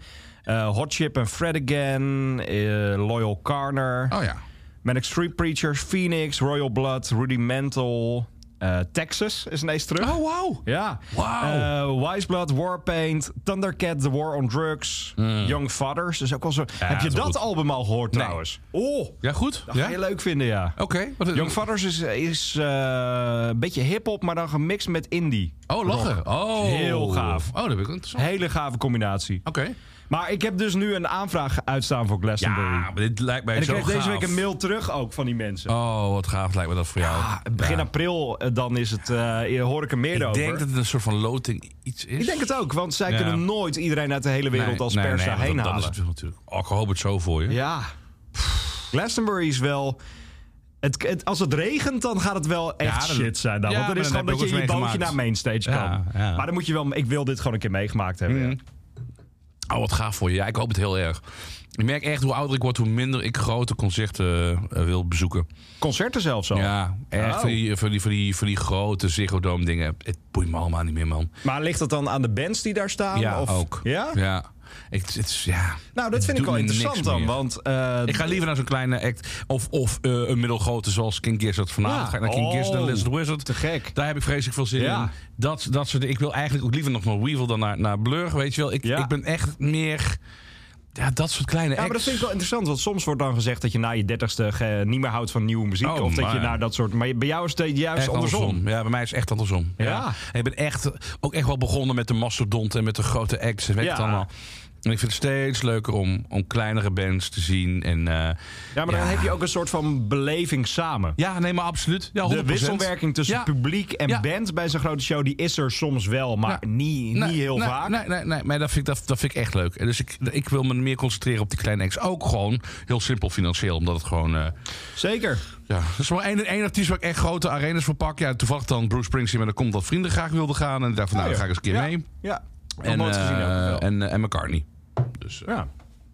Speaker 2: eh, Hot Chip en Fred Again, eh, Loyal Carner...
Speaker 3: dat- Oh ja.
Speaker 2: Manic Street Preachers, Phoenix, Royal Blood, Rudimental, eh Texas is ineens terug.
Speaker 3: Oh, wauw.
Speaker 2: Ja.
Speaker 3: Wauw.
Speaker 2: Eh, Wiseblood, Warpaint, Thundercat, The War on Drugs, Young Fathers. Dus ook wel zo. Heb
Speaker 3: dat
Speaker 2: je
Speaker 3: Hmm. is
Speaker 2: dat
Speaker 3: wel goed.
Speaker 2: album al gehoord
Speaker 3: Nee.
Speaker 2: trouwens? Oh,
Speaker 3: Ja, goed.
Speaker 2: dat
Speaker 3: Ja? Oh.
Speaker 2: ga je leuk vinden, ja.
Speaker 3: Oké. wat
Speaker 2: Young Fathers is, is eh, een beetje hip-hop, maar dan gemixt met indie.
Speaker 3: Oh, lachen. Oh.
Speaker 2: Heel gaaf.
Speaker 3: Oh, dat heb ik interessant.
Speaker 2: Hele gave combinatie.
Speaker 3: Oké.
Speaker 2: Maar ik heb dus nu een aanvraag uitstaan voor
Speaker 3: Ja,
Speaker 2: Glastonbury.
Speaker 3: maar dit lijkt mij
Speaker 2: en ik
Speaker 3: zo
Speaker 2: kreeg deze
Speaker 3: gaaf.
Speaker 2: week een mail terug ook van die mensen.
Speaker 3: Oh, wat gaaf lijkt me dat voor jou.
Speaker 2: Ah, Begin
Speaker 3: Ja.
Speaker 2: april eh, dan is het, eh, hoor ik er meer
Speaker 3: Ik
Speaker 2: over.
Speaker 3: denk dat het een soort van loting iets is.
Speaker 2: Ik denk het ook, want zij
Speaker 3: Ja.
Speaker 2: kunnen nooit iedereen uit de hele wereld als pers daarheen
Speaker 3: dat,
Speaker 2: halen.
Speaker 3: Dat is het natuurlijk. Oh, ik hoop het zo voor je.
Speaker 2: Ja. Glastonbury is wel... Het, het- als het regent, dan gaat het wel echt
Speaker 3: Ja, dat-
Speaker 2: shit zijn. Dan.
Speaker 3: Ja,
Speaker 2: Want er
Speaker 3: maar
Speaker 2: is
Speaker 3: dan
Speaker 2: gewoon
Speaker 3: heb
Speaker 2: dat
Speaker 3: je
Speaker 2: je in
Speaker 3: ook
Speaker 2: je
Speaker 3: eens
Speaker 2: bootje naar
Speaker 3: meegemaakt.
Speaker 2: mainstage
Speaker 3: Ja,
Speaker 2: kan.
Speaker 3: ja. Mhm.
Speaker 2: Maar dan moet je wel... Ik wil dit gewoon een keer meegemaakt hebben. ja.
Speaker 3: Oh, wat gaaf voor je. Ja, ik hoop het heel erg. Ik merk echt, hoe ouder ik word, hoe minder ik grote concerten eh, wil bezoeken.
Speaker 2: Concerten zelfs al.
Speaker 3: Ja, echt
Speaker 2: Oh.
Speaker 3: voor, die, voor, die, voor, die, voor die grote Ziggo Dome dingen. Het boeit me allemaal niet meer, man.
Speaker 2: Maar ligt dat dan aan de bands die daar staan?
Speaker 3: Ja,
Speaker 2: of,
Speaker 3: ook.
Speaker 2: Ja?
Speaker 3: Ja. Ik, het is, ja.
Speaker 2: Nou, dat
Speaker 3: Het
Speaker 2: vind ik
Speaker 3: doet
Speaker 2: wel
Speaker 3: me niks
Speaker 2: interessant dan.
Speaker 3: meer.
Speaker 2: Want eh,
Speaker 3: Ik ga liever naar zo'n kleine act. Of, of eh, een middelgrote zoals King Gizzard vanavond.
Speaker 2: Ja.
Speaker 3: Ga ik naar King
Speaker 2: Oh,
Speaker 3: Gizzard en Lizard Wizard.
Speaker 2: te gek.
Speaker 3: Daar heb ik vreselijk veel zin
Speaker 2: Ja.
Speaker 3: in. Dat, dat soort, ik wil eigenlijk ook liever nog naar Weevil dan naar, naar Blur. Weet je wel, ik,
Speaker 2: Ja.
Speaker 3: ik ben echt meer... Ja, dat soort kleine
Speaker 2: Ja, maar dat
Speaker 3: acts.
Speaker 2: vind ik wel interessant. Want soms wordt dan gezegd dat je na je dertigste eh, niet meer houdt van nieuwe muziek.
Speaker 3: Oh,
Speaker 2: of dat je
Speaker 3: maar.
Speaker 2: naar dat soort... Maar bij jou is het juist
Speaker 3: Echt
Speaker 2: andersom.
Speaker 3: Ja, bij mij is het echt andersom.
Speaker 2: Ja.
Speaker 3: Ik ben echt, ook echt wel begonnen met de mastodont en met de grote acts. En weet
Speaker 2: Ja.
Speaker 3: het allemaal. En ik vind het steeds leuker om, om kleinere bands te zien. En, eh,
Speaker 2: Ja, maar dan
Speaker 3: Ja.
Speaker 2: heb je ook een soort van beleving samen.
Speaker 3: ja, nee, maar absoluut. Ja, 100%.
Speaker 2: De wisselwerking tussen
Speaker 3: Ja.
Speaker 2: publiek en
Speaker 3: Ja.
Speaker 2: band bij zo'n grote show... die is er soms wel, maar
Speaker 3: Ja.
Speaker 2: niet, niet
Speaker 3: Nee,
Speaker 2: heel
Speaker 3: nee,
Speaker 2: vaak.
Speaker 3: Nee, nee, nee, maar dat vind, ik, dat, dat vind ik echt leuk. En Dus ik, ik wil me meer concentreren op die kleine acts. Ook gewoon heel simpel financieel, omdat het gewoon... eh,
Speaker 2: Zeker.
Speaker 3: ja, er is maar één, één artiest waar ik echt grote arenas voor pak. Ja, toevallig dan Bruce Springsteen, maar dan komt dat vrienden graag wilden gaan. En ik dacht van, nou,
Speaker 2: Oh,
Speaker 3: dan
Speaker 2: ja.
Speaker 3: ga ik eens een keer
Speaker 2: Ja.
Speaker 3: mee.
Speaker 2: Ja. Nog
Speaker 3: En,
Speaker 2: nooit gezien
Speaker 3: eh,
Speaker 2: ook wel.
Speaker 3: en, eh, en McCartney. Dus eh,
Speaker 2: ja.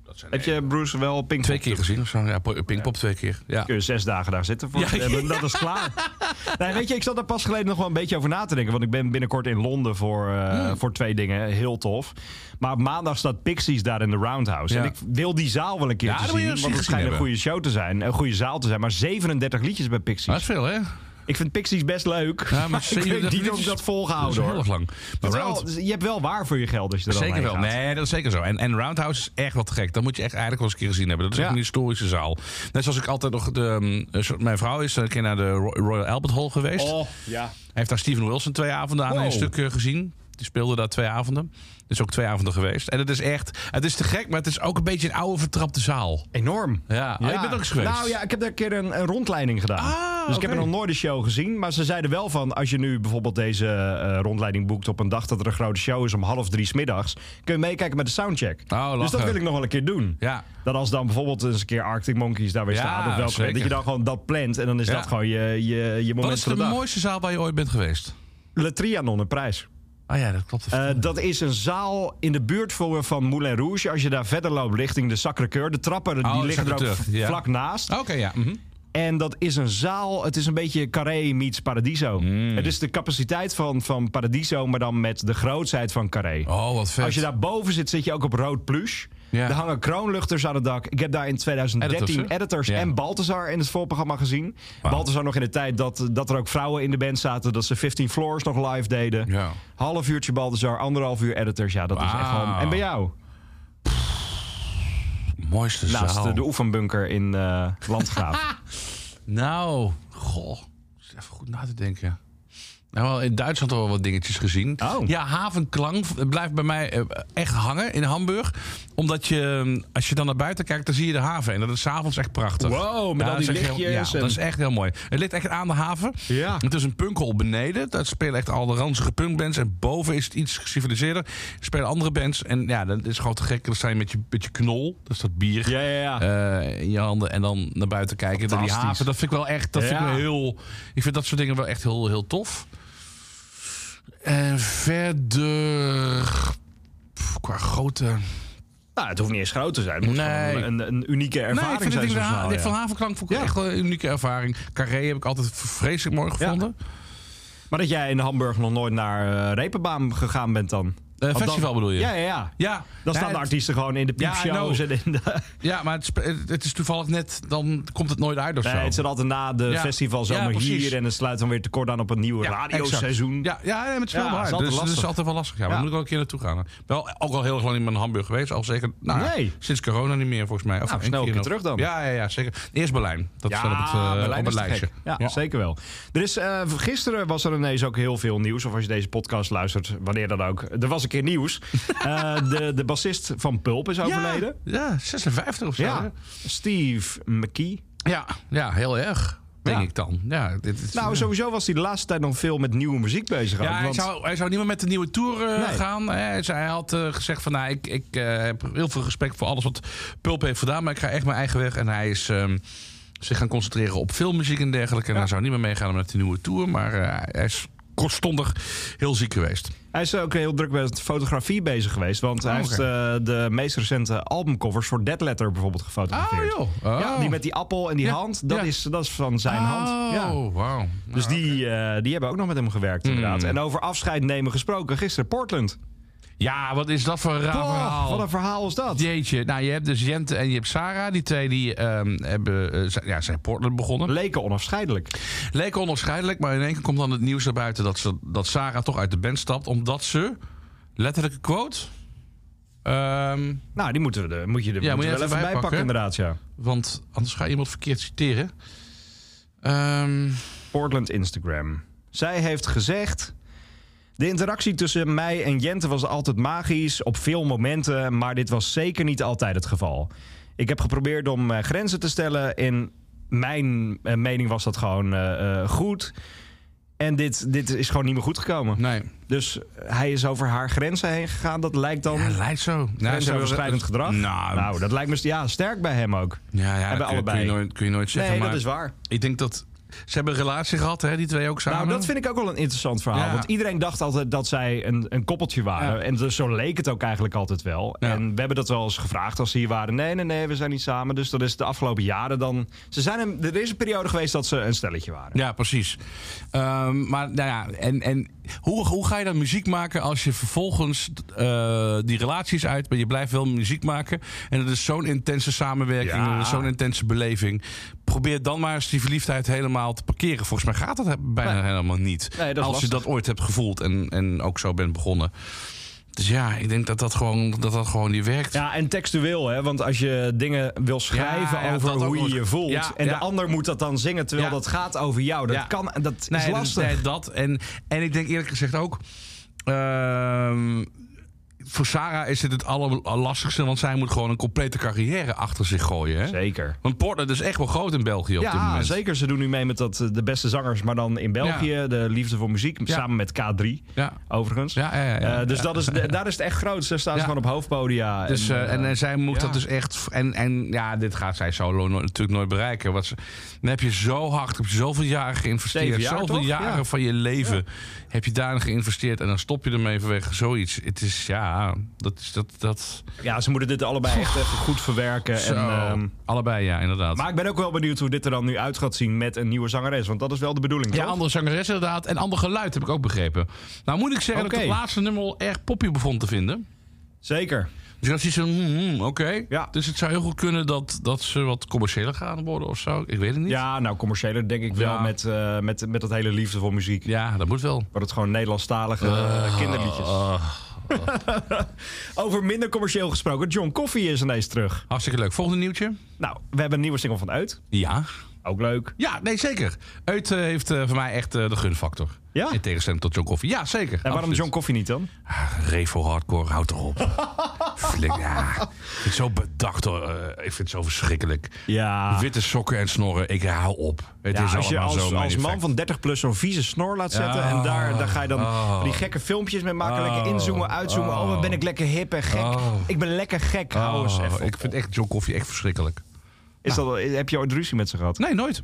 Speaker 3: dat zijn
Speaker 2: Heb je Bruce wel Pink
Speaker 3: twee
Speaker 2: Floyd
Speaker 3: keer gezien of zo. Ja, po- Pinkpop twee keer. Ja.
Speaker 2: kun je zes dagen daar zitten voor. te hebben. Dat is klaar. Nee, weet je, ik zat daar pas geleden nog wel een beetje over na te denken. Want ik ben binnenkort in Londen voor, eh,
Speaker 3: Hmm.
Speaker 2: voor twee dingen. Heel tof. Maar op maandag staat Pixies daar in de Roundhouse.
Speaker 3: Ja.
Speaker 2: En ik wil die zaal wel een keer
Speaker 3: Ja, dat moet je
Speaker 2: zien.
Speaker 3: eens
Speaker 2: Want het
Speaker 3: gezien
Speaker 2: schijnt een
Speaker 3: hebben.
Speaker 2: goede show te zijn. Een goede zaal te zijn. Maar 37 liedjes bij
Speaker 3: Dat
Speaker 2: Pixies.
Speaker 3: is veel, hè?
Speaker 2: Ik vind Pixies best leuk.
Speaker 3: Ja, maar
Speaker 2: *laughs* ik
Speaker 3: 37
Speaker 2: weet niet of ik
Speaker 3: liedjes,
Speaker 2: dat
Speaker 3: Dat is
Speaker 2: volgehouden
Speaker 3: heel erg
Speaker 2: hoor.
Speaker 3: lang. Maar
Speaker 2: Het is
Speaker 3: Round-
Speaker 2: wel- je hebt wel waar voor je geld als je er dan
Speaker 3: Zeker
Speaker 2: heen
Speaker 3: wel.
Speaker 2: gaat.
Speaker 3: Nee, dat is zeker zo. En, en Roundhouse is echt wat gek. Dat moet je echt eigenlijk wel eens een keer gezien hebben. Dat is echt
Speaker 2: Ja.
Speaker 3: een historische zaal. Net zoals ik altijd nog... De, ehm, zo- mijn vrouw is een keer naar de Ro- Royal Albert Hall geweest.
Speaker 2: Oh, ja.
Speaker 3: Hij heeft daar Steven Wilson twee avonden aan
Speaker 2: Wow.
Speaker 3: een stuk eh, gezien. Die speelde daar twee avonden. Dus ook twee avonden geweest. En het is echt... Het is te gek, maar het is ook een beetje een oude vertrapte zaal.
Speaker 2: Enorm.
Speaker 3: Ja. Oh, je bent ook eens geweest.
Speaker 2: Nou ja, ik heb daar een keer een, een rondleiding gedaan.
Speaker 3: Ah,
Speaker 2: dus ik heb
Speaker 3: oké.
Speaker 2: er nog nooit een show gezien. Maar ze zeiden wel van, als je nu bijvoorbeeld deze eh, rondleiding boekt... op een dag dat er een grote show is om half drie 's middags... kun je meekijken met de soundcheck.
Speaker 3: Oh,
Speaker 2: dus dat
Speaker 3: lachen.
Speaker 2: wil ik nog wel een keer doen.
Speaker 3: Ja.
Speaker 2: Dat als dan bijvoorbeeld eens een keer Arctic Monkeys daar weer
Speaker 3: Ja,
Speaker 2: staat... of welke,
Speaker 3: zeker.
Speaker 2: dat je dan gewoon dat plant en dan is
Speaker 3: Ja.
Speaker 2: dat gewoon je, je, je
Speaker 3: Wat
Speaker 2: moment
Speaker 3: is
Speaker 2: van
Speaker 3: de
Speaker 2: de dag.
Speaker 3: mooiste zaal waar je ooit bent geweest?
Speaker 2: Le Trianon, een prijs.
Speaker 3: Ah ja, dat klopt.
Speaker 2: Eh, dat is een zaal in de buurt voor- van Moulin Rouge. Als je daar verder loopt richting de Sacré-Cœur. De trappen
Speaker 3: Oh,
Speaker 2: die liggen er ook
Speaker 3: Sacré-Cœur, ja.
Speaker 2: vlak naast.
Speaker 3: Oké, ja. mhm.
Speaker 2: En dat is een zaal, het is een beetje Carré meets Paradiso.
Speaker 3: Hmm.
Speaker 2: Het is de capaciteit van, van Paradiso, maar dan met de grootsheid van Carré.
Speaker 3: Oh, wat vet.
Speaker 2: Als je daarboven zit, zit je ook op rood plush.
Speaker 3: Ja.
Speaker 2: Er hangen kroonluchters aan het dak. Ik heb daar in 2013
Speaker 3: Editors,
Speaker 2: editors,
Speaker 3: hè? Ja.
Speaker 2: en Balthazar in het voorprogramma gezien. Balthazar nog in de tijd dat, dat er ook vrouwen in de band zaten. Dat ze 15 Floors nog live deden.
Speaker 3: Ja.
Speaker 2: Half uurtje Balthazar, anderhalf uur editors. Ja, dat is echt wel...
Speaker 3: Wauw.
Speaker 2: En bij jou?
Speaker 3: Mooiste
Speaker 2: Naast
Speaker 3: zaal.
Speaker 2: de, de oefenbunker in eh,
Speaker 3: *laughs*
Speaker 2: Landgraaf.
Speaker 3: Nou, goh. Eens Even goed na te denken. Nou, wel in Duitsland al wel wat dingetjes gezien.
Speaker 2: Oh.
Speaker 3: Ja, havenklank v- blijft bij mij eh, echt hangen in Hamburg. Omdat je, eh, als je dan naar buiten kijkt, dan zie je de haven. En dat is s'avonds echt prachtig.
Speaker 2: Wow, met al
Speaker 3: dat is
Speaker 2: die
Speaker 3: echt heel-
Speaker 2: lichtjes
Speaker 3: ja,
Speaker 2: en-
Speaker 3: dat is echt heel mooi. Het ligt echt aan de haven.
Speaker 2: Ja.
Speaker 3: Het is een punkhol beneden. Dat spelen echt al de ranzige punkbands. En boven is het iets geciviliseerder. Er spelen andere bands. En ja, dat is gewoon te gek. Dan sta je met je, met je knol. Dat is dat bier
Speaker 2: ja, ja, ja.
Speaker 3: eh, in je handen en dan naar buiten kijken. Door die
Speaker 2: Fantastisch.
Speaker 3: haven, dat vind ik wel echt. Dat vind ik
Speaker 2: Ja.
Speaker 3: wel heel. Ik vind dat soort dingen wel echt heel, heel tof. En verder. pff, Qua grote.
Speaker 2: Nou, het hoeft niet eens groot te zijn. Het moet
Speaker 3: Nee.
Speaker 2: gewoon een, een, een unieke
Speaker 3: Nee, ik
Speaker 2: ervaring
Speaker 3: vind het
Speaker 2: zijn.
Speaker 3: ding
Speaker 2: zo'n
Speaker 3: van Ha-
Speaker 2: verhaal,
Speaker 3: dit
Speaker 2: ja.
Speaker 3: van Havenklank vond ik
Speaker 2: Ja.
Speaker 3: echt wel een unieke ervaring. Carré heb ik altijd vreselijk mooi gevonden.
Speaker 2: Maar dat jij in Hamburg nog nooit naar eh, Reeperbaan gegaan bent dan?
Speaker 3: Eh,
Speaker 2: Want
Speaker 3: festival bedoel je?
Speaker 2: Ja, ja, ja.
Speaker 3: Ja,
Speaker 2: Dan
Speaker 3: Ja,
Speaker 2: staan de
Speaker 3: het-
Speaker 2: artiesten gewoon in de
Speaker 3: Ja, I
Speaker 2: piepshows
Speaker 3: know.
Speaker 2: en in de... *laughs*
Speaker 3: Ja, maar het, spe- het- het is toevallig net. Dan komt het nooit uit of
Speaker 2: Nee,
Speaker 3: zo.
Speaker 2: het zit altijd na de
Speaker 3: Ja.
Speaker 2: festival
Speaker 3: Ja,
Speaker 2: zomaar
Speaker 3: precies.
Speaker 2: hier en het sluit dan weer tekort aan op een nieuwe
Speaker 3: Ja,
Speaker 2: radioseizoen.
Speaker 3: exact. Ja, ja, nee, maar het is wel
Speaker 2: Ja,
Speaker 3: waar.
Speaker 2: het is altijd
Speaker 3: dus het is
Speaker 2: lastig.
Speaker 3: altijd wel lastig. Ja, maar
Speaker 2: Ja.
Speaker 3: dan moet ik wel een keer naartoe gaan. Wel, ook al heel erg lang niet meer in Hamburg geweest. Al zeker nou, ja,
Speaker 2: Nee.
Speaker 3: sinds corona niet meer volgens mij. Of
Speaker 2: Nou,
Speaker 3: één
Speaker 2: snel een keer
Speaker 3: nog.
Speaker 2: terug dan.
Speaker 3: Ja, ja, ja, zeker. Eerst Berlijn. Dat
Speaker 2: Ja,
Speaker 3: staat op het, eh,
Speaker 2: Berlijn
Speaker 3: op het
Speaker 2: is te
Speaker 3: lijstje.
Speaker 2: gek. Ja, zeker wel. Er is, eh, gisteren was er ineens ook heel veel nieuws. Of als je deze podcast luistert, wanneer dan ook. Er was een keer
Speaker 3: *laughs*
Speaker 2: nieuws. Eh, de, de bassist van Pulp is overleden.
Speaker 3: Ja, ja, 56 of zo. hè?
Speaker 2: Ja, Steve McKee.
Speaker 3: ja, ja heel erg. Denk
Speaker 2: Ja.
Speaker 3: ik dan. Ja, dit, dit-
Speaker 2: Nou, sowieso was hij de laatste tijd nog veel met nieuwe muziek bezig. ook,
Speaker 3: Ja, hij,
Speaker 2: want-
Speaker 3: zou, hij zou niet meer met de nieuwe tour eh,
Speaker 2: Nee.
Speaker 3: gaan. Hè. Dus Hij had eh, gezegd van, nou, ik, ik eh, heb heel veel respect voor alles wat Pulp heeft gedaan. Maar ik ga echt mijn eigen weg. En hij is ehm, zich gaan concentreren op filmmuziek en dergelijke. En hij zou niet meer meegaan met de nieuwe tour. Maar eh, hij is kortstondig heel ziek geweest.
Speaker 2: Hij is ook heel druk met fotografie bezig geweest. Want hij
Speaker 3: Oh, oké.
Speaker 2: heeft eh, de meest recente albumcovers voor Dead Letter bijvoorbeeld gefotografeerd.
Speaker 3: Oh, joh. Oh.
Speaker 2: Ja, die met die appel en die
Speaker 3: Ja,
Speaker 2: hand, dat,
Speaker 3: ja.
Speaker 2: is, dat is van zijn hand. Ja.
Speaker 3: Oh, wauw.
Speaker 2: Dus die, eh, die hebben ook nog met hem gewerkt,
Speaker 3: Hmm.
Speaker 2: inderdaad. En over afscheid nemen gesproken, gisteren Portland.
Speaker 3: Ja, wat is dat voor een raar
Speaker 2: Oh,
Speaker 3: verhaal.
Speaker 2: wat een verhaal is dat?
Speaker 3: Jeetje, nou je hebt dus Jente en je hebt Sarah. Die twee die ehm, hebben, eh, zijn- ja, zijn Portland begonnen.
Speaker 2: Leken onafscheidelijk.
Speaker 3: Leek onafscheidelijk, maar in één keer komt dan het nieuws naar buiten dat, ze, dat Sarah toch uit de band stapt. Omdat ze, letterlijke quote. ehm,
Speaker 2: Nou, die moeten we er, moet je er moeten
Speaker 3: Ja, moet
Speaker 2: we
Speaker 3: je even
Speaker 2: wel even bij pakken,
Speaker 3: bijpakken.
Speaker 2: inderdaad. Ja.
Speaker 3: want anders ga je iemand verkeerd citeren. Ehm,
Speaker 2: Portland Instagram. Zij heeft gezegd. De interactie tussen mij en Jente was altijd magisch op veel momenten, maar dit was zeker niet altijd het geval. Ik heb geprobeerd om eh, grenzen te stellen. In mijn eh, mening was dat gewoon eh, eh, goed. En dit, dit is gewoon niet meer goed gekomen.
Speaker 3: nee,
Speaker 2: Dus hij is over haar grenzen heen gegaan. Dat lijkt dan
Speaker 3: ja, lijkt zo. Nou, ze hebben-
Speaker 2: grensoverschrijdend gedrag.
Speaker 3: Nou,
Speaker 2: nou, dat lijkt me ja, sterk bij hem ook.
Speaker 3: ja, ja,
Speaker 2: hebben
Speaker 3: dat kun,
Speaker 2: allebei.
Speaker 3: Kun je nooit, kun je nooit zeggen.
Speaker 2: nee,
Speaker 3: maar
Speaker 2: dat is waar.
Speaker 3: Ik denk dat ze hebben een relatie gehad, hè, die twee ook samen.
Speaker 2: Nou, dat vind ik ook wel een interessant verhaal.
Speaker 3: Ja.
Speaker 2: Want iedereen dacht altijd dat zij een, een koppeltje waren.
Speaker 3: Ja.
Speaker 2: En dus zo leek het ook eigenlijk altijd wel.
Speaker 3: Ja.
Speaker 2: En we hebben dat wel eens gevraagd als ze hier waren. Nee, nee, nee, we zijn niet samen. Dus dat is de afgelopen jaren dan... Ze zijn een, er is een periode geweest dat ze een stelletje waren.
Speaker 3: Ja, precies. Ehm, maar nou ja, en, en hoe, hoe ga je dan muziek maken als je vervolgens eh, die relaties uit, maar je blijft wel muziek maken. En het is zo'n intense samenwerking,
Speaker 2: Ja.
Speaker 3: het is zo'n intense beleving. Probeer dan maar eens die verliefdheid helemaal te parkeren. Volgens mij gaat dat he- bijna helemaal niet.
Speaker 2: Nee, dat is
Speaker 3: als je
Speaker 2: lastig.
Speaker 3: dat ooit hebt gevoeld en, en ook zo bent begonnen. Dus ja, ik denk dat dat gewoon, dat dat gewoon niet werkt.
Speaker 2: Ja, en textueel, hè? Want als je dingen wil schrijven
Speaker 3: Ja, ja,
Speaker 2: over
Speaker 3: dat ook
Speaker 2: hoe je
Speaker 3: nog.
Speaker 2: je voelt...
Speaker 3: Ja,
Speaker 2: en
Speaker 3: ja.
Speaker 2: de ander moet dat dan zingen terwijl
Speaker 3: Ja.
Speaker 2: dat gaat over jou. Dat
Speaker 3: Ja.
Speaker 2: kan, dat is
Speaker 3: dat-
Speaker 2: lastig.
Speaker 3: nee, dat. En, en ik denk eerlijk gezegd ook. ehm, voor Sarah is dit het allerlastigste, want zij moet gewoon een complete carrière achter zich gooien. Hè?
Speaker 2: Zeker.
Speaker 3: Want Portland is echt wel groot in België op dit
Speaker 2: Ja,
Speaker 3: moment.
Speaker 2: zeker. Ze doen nu mee met dat, eh, de beste zangers, maar dan in België. De liefde voor muziek, samen met K3,
Speaker 3: Ja.
Speaker 2: overigens.
Speaker 3: Ja, ja, ja, ja.
Speaker 2: Eh, dus Dat is,
Speaker 3: *laughs*
Speaker 2: de- daar is het echt groot. Daar staan ze
Speaker 3: Ja.
Speaker 2: gewoon op hoofdpodia.
Speaker 3: Dus,
Speaker 2: En,
Speaker 3: eh, en, en zij moet
Speaker 2: ja.
Speaker 3: dat dus echt. En, en ja, dit gaat zij solo no- natuurlijk nooit bereiken. Want ze, dan heb je zo hard, heb je zoveel jaren geïnvesteerd.
Speaker 2: Zeven jaar,
Speaker 3: zoveel
Speaker 2: toch?
Speaker 3: jaren
Speaker 2: Ja.
Speaker 3: van je leven heb je daarin geïnvesteerd. En dan stop je ermee vanwege zoiets. Het is ja, dat is dat. dat
Speaker 2: ja, ze moeten dit allebei echt even goed verwerken.
Speaker 3: zo.
Speaker 2: En, ehm,
Speaker 3: Allebei, ja, inderdaad.
Speaker 2: maar ik ben ook wel benieuwd hoe dit er dan nu uit gaat zien met een nieuwe zangeres. Want dat is wel de bedoeling,
Speaker 3: Ja,
Speaker 2: toch?
Speaker 3: andere zangeres inderdaad. En ander geluid heb ik ook begrepen. Nou moet ik zeggen dat ik
Speaker 2: Oké.
Speaker 3: het laatste nummer al erg poppy bevond te vinden.
Speaker 2: Zeker.
Speaker 3: Dus dat is iets van, hmm, hmm, oké.
Speaker 2: Ja.
Speaker 3: Dus het zou heel goed kunnen dat, dat ze wat commerciëler gaan worden of zo. Ik weet het niet.
Speaker 2: Ja, nou, commerciëler denk ik wel
Speaker 3: Ja.
Speaker 2: met, eh, met, met dat hele liefde voor muziek.
Speaker 3: Ja, dat moet wel.
Speaker 2: Wat het gewoon Nederlandstalige
Speaker 3: Ah.
Speaker 2: eh, kinderliedjes. *laughs* Over minder commercieel gesproken, John Coffee is ineens terug.
Speaker 3: Hartstikke leuk. Volgende nieuwtje.
Speaker 2: Nou, we hebben een nieuwe single van Uit.
Speaker 3: Ja.
Speaker 2: Ook leuk.
Speaker 3: Ja, nee, zeker. Uit eh, heeft eh, voor mij echt eh, de gunfactor.
Speaker 2: Ja?
Speaker 3: In tegenstelling tot John Coffee. Ja, zeker.
Speaker 2: En waarom
Speaker 3: Absoluut.
Speaker 2: John Coffee niet dan?
Speaker 3: Ah, Revo Hardcore, houd toch
Speaker 2: *laughs*
Speaker 3: op. Flik, ja. Ik vind het zo bedacht hoor. Eh, ik vind het zo verschrikkelijk.
Speaker 2: Ja.
Speaker 3: Witte sokken en snorren, ik hou op. Het is
Speaker 2: Ah. als je
Speaker 3: allemaal
Speaker 2: als,
Speaker 3: zo.
Speaker 2: als man van 30 plus zo'n vieze snor laat zetten... en daar, daar ga je dan
Speaker 3: Oh.
Speaker 2: die gekke filmpjes mee maken...
Speaker 3: Oh.
Speaker 2: lekker inzoomen, uitzoomen. Oh, wat ben ik lekker hip en gek.
Speaker 3: Oh.
Speaker 2: Ik ben lekker gek. Hou eens
Speaker 3: Oh,
Speaker 2: even op.
Speaker 3: ik Nou. vind echt John Coffee echt verschrikkelijk.
Speaker 2: is dat, heb je ooit ruzie met ze gehad?
Speaker 3: Nee, nooit.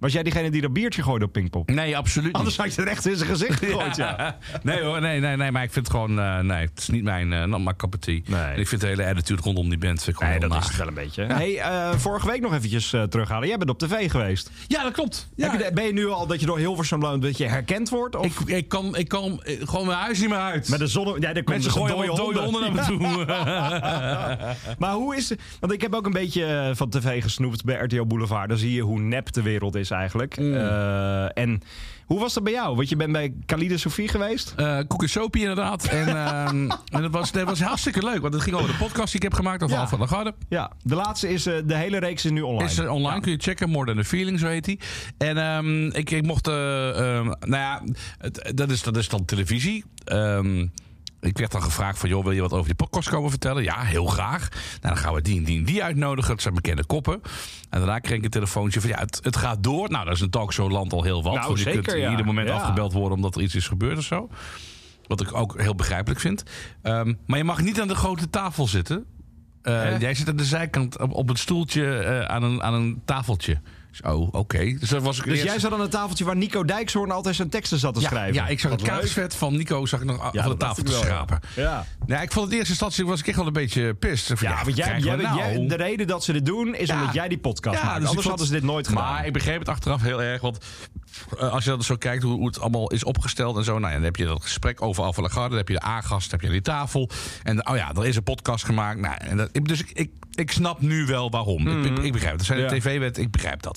Speaker 2: Was jij diegene die dat biertje gooide op Pinkpop?
Speaker 3: Nee, absoluut
Speaker 2: Anders
Speaker 3: niet.
Speaker 2: had je het echt in zijn
Speaker 3: *laughs*
Speaker 2: gezicht gegooid, ja.
Speaker 3: Nee hoor, nee, nee, nee, maar ik vind het gewoon... eh, nee, het is niet mijn, eh not my cup of tea.
Speaker 2: Nee.
Speaker 3: En Ik vind de hele attitude rondom die band vind ik gewoon
Speaker 2: Nee, dat
Speaker 3: heel
Speaker 2: is het
Speaker 3: naar.
Speaker 2: wel een beetje. Hey, eh, vorige week nog eventjes eh, terughalen. Jij bent op tv geweest.
Speaker 3: Ja, dat klopt. Ja,
Speaker 2: Heb je, de- ben je nu al dat je door Hilversum loopt dat je herkend wordt? Of
Speaker 3: ik, ik, kan, ik kan eh, gewoon mijn huis niet meer uit.
Speaker 2: met de zonne... Ja, daar komen
Speaker 3: Mensen
Speaker 2: dus
Speaker 3: gooien
Speaker 2: dode
Speaker 3: allemaal dode
Speaker 2: honden.
Speaker 3: honden naar me toe.
Speaker 2: Maar hoe is het? Want ik heb ook een beetje eh, van tv gesnoept bij RTL Boulevard. Dan zie je hoe nep de wereld is eigenlijk.
Speaker 3: Mm.
Speaker 2: Eh, en hoe was dat bij jou? Want je bent bij Khalide Sofie geweest.
Speaker 3: Eh Koek en Sopie inderdaad. En, ehm, en dat, was, dat was hartstikke leuk. Want het ging over de podcast die ik heb gemaakt over
Speaker 2: Ja.
Speaker 3: Alfa Lagarde.
Speaker 2: Ja, de laatste is... eh, de hele reeks is nu online.
Speaker 3: Is er online, kun je checken. More Than A Feeling, zo heet die. En ehm, ik, ik mocht... eh, ehm, nou ja, het- dat, is, dat is dan televisie. Ehm, ik werd dan gevraagd van... joh, wil je wat over die podcast komen vertellen? Ja, heel graag. Nou, dan gaan we die en die en die uitnodigen. Dat zijn bekende koppen. En daarna kreeg ik een telefoontje van... ja, het, het gaat door. Nou, dat is een talkshow land al heel wat.
Speaker 2: Nou,
Speaker 3: want je
Speaker 2: zeker,
Speaker 3: kunt
Speaker 2: ja.
Speaker 3: ieder moment
Speaker 2: Ja.
Speaker 3: afgebeld worden... omdat er iets is gebeurd of zo. Wat ik ook heel begrijpelijk vind. Ehm, maar je mag niet aan de grote tafel zitten. Eh,
Speaker 2: Hè?
Speaker 3: Jij zit aan de zijkant op, op het stoeltje eh, aan, een, aan een tafeltje. Dus, Oh, oké. Dus dat was ik
Speaker 2: Dus
Speaker 3: eerst-
Speaker 2: jij zat aan het tafeltje waar Nico Dijkshoorn altijd zijn teksten zat te
Speaker 3: ja,
Speaker 2: schrijven.
Speaker 3: ja, ik zag
Speaker 2: Wat
Speaker 3: het
Speaker 2: leuk.
Speaker 3: kaarsvet van Nico zag ik nog af-
Speaker 2: Ja,
Speaker 3: van de
Speaker 2: dat
Speaker 3: tafel te
Speaker 2: dacht ik wel, ja.
Speaker 3: schrapen.
Speaker 2: Ja.
Speaker 3: Nou, ik vond het eerste instantie was ik echt wel een beetje pist.
Speaker 2: Ja, want jij, jij,
Speaker 3: nou?
Speaker 2: jij- de reden dat ze dit doen is
Speaker 3: Ja.
Speaker 2: omdat jij die podcast
Speaker 3: Ja,
Speaker 2: maakt.
Speaker 3: dus ik
Speaker 2: Anders
Speaker 3: vond-
Speaker 2: hadden ze dit nooit gedaan.
Speaker 3: Maar ik begreep het achteraf heel erg. Want eh, als je dat zo kijkt, hoe, hoe het allemaal is opgesteld en zo. Nou ja, dan heb je dat gesprek over Alphen Lagarde. Dan heb je de aangast, dan heb je die tafel. En oh ja, er is een podcast gemaakt. Nou, en dat, ik- dus ik, ik, ik snap nu wel waarom. Ik- ik, ik, begrijp het. Er zijn
Speaker 2: Mhm. Ja.
Speaker 3: de tv-wet, ik begrijp dat.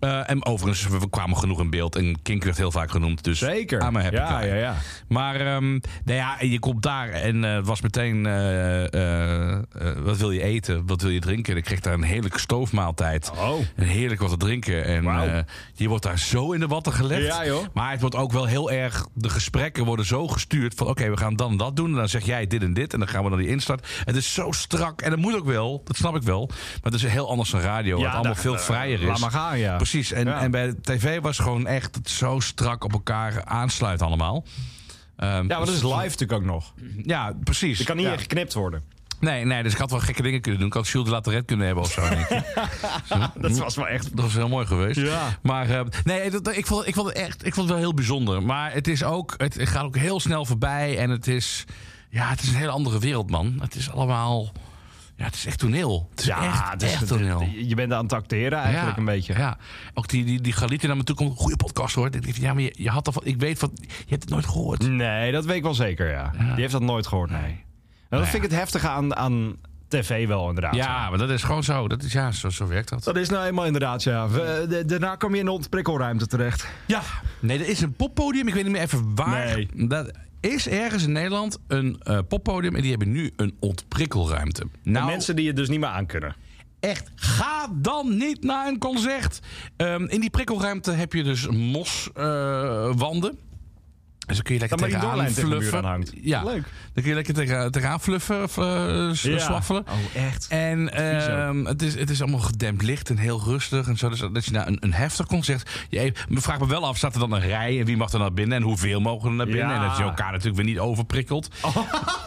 Speaker 3: Eh, en overigens, we we kwamen genoeg in beeld. En Kink werd heel vaak genoemd. Dus
Speaker 2: Zeker.
Speaker 3: aan mijn happy
Speaker 2: ja,
Speaker 3: guy.
Speaker 2: ja, ja.
Speaker 3: Maar ehm, nou ja, je komt daar en eh, was meteen... eh, eh, eh, wat wil je eten? Wat wil je drinken? En ik kreeg daar een heerlijke stoofmaaltijd.
Speaker 2: Oh.
Speaker 3: En heerlijk wat te drinken. En
Speaker 2: Wauw.
Speaker 3: eh, je wordt daar zo in de watten gelegd.
Speaker 2: Ja, joh.
Speaker 3: Maar het wordt ook wel heel erg... De gesprekken worden zo gestuurd van... Oké, we gaan dan dat doen. En dan zeg jij dit en dit. En dan gaan we naar die instart. Het is zo strak. En dat moet ook wel. Dat snap ik wel. Maar het is heel anders dan radio. wat allemaal
Speaker 2: daar-
Speaker 3: veel
Speaker 2: eh,
Speaker 3: vrijer is.
Speaker 2: Laat maar gaan, ja.
Speaker 3: Precies. En,
Speaker 2: Ja.
Speaker 3: en bij de tv was gewoon echt het zo strak op elkaar aansluit allemaal. Ehm,
Speaker 2: Ja, maar dat is live natuurlijk ook nog.
Speaker 3: Ja, precies.
Speaker 2: Je kan niet
Speaker 3: Ja.
Speaker 2: echt geknipt worden.
Speaker 3: Nee, nee, dus ik had wel gekke dingen kunnen doen. Ik had Jules de Lateret kunnen hebben of zo. denk
Speaker 2: *laughs*
Speaker 3: ik.
Speaker 2: Dat was wel echt...
Speaker 3: Dat was heel mooi geweest.
Speaker 2: Ja.
Speaker 3: Maar eh, nee, dat, dat- ik, vond, ik, vond het echt, ik vond het wel heel bijzonder. Maar het, is ook, het gaat ook heel snel voorbij. En het is, ja, het is een hele andere wereld, man. Het is allemaal... Ja, het is echt toneel. Het is echt,
Speaker 2: het is-
Speaker 3: echt toneel.
Speaker 2: je bent aan het acteren eigenlijk een beetje.
Speaker 3: Ja. Ook die, die, die Galiet die naar me toe komt. Goede podcast hoor. Ik, denk van, ja, maar je, je had al van, ik weet van, je hebt het nooit gehoord.
Speaker 2: Nee, dat weet ik wel zeker, ja. Die heeft dat nooit gehoord, nee. En dat
Speaker 3: Nou ja.
Speaker 2: vind ik het heftige aan, aan tv wel, inderdaad.
Speaker 3: Ja, maar dat is gewoon zo. Dat is, ja, zo, zo werkt dat.
Speaker 2: Dat is nou eenmaal inderdaad, ja. We- de- daarna kom je in de ontprikkelruimte terecht.
Speaker 3: Ja. Nee, er is een poppodium. Ik weet niet meer even waar.
Speaker 2: Nee.
Speaker 3: Dat is ergens in Nederland een eh, poppodium. En die hebben nu een ontprikkelruimte. Nou,
Speaker 2: Mensen die het dus niet meer aankunnen.
Speaker 3: echt, ga dan niet naar een concert. Ehm, in die prikkelruimte heb je dus moswanden. eh, Dus dan kun je lekker
Speaker 2: Dat maar die
Speaker 3: tegenaan
Speaker 2: doorlijn tegen de muur aanhangt.
Speaker 3: fluffen. Ja,
Speaker 2: Leuk.
Speaker 3: Dan kun je lekker tegen, tegenaan fluffen of eh, s-
Speaker 2: Ja.
Speaker 3: swaffelen.
Speaker 2: Oh, echt?
Speaker 3: En
Speaker 2: Vies ook.
Speaker 3: ehm, het, is, het is allemaal gedempt licht en heel rustig. En zo, dus dat je naar een, een heftig concert... Je, me vraag me wel af, staat er dan een rij? En wie mag er naar binnen? En hoeveel mogen er naar binnen?
Speaker 2: Ja. Oh.
Speaker 3: En dat je elkaar natuurlijk weer niet
Speaker 2: *laughs*
Speaker 3: overprikkelt.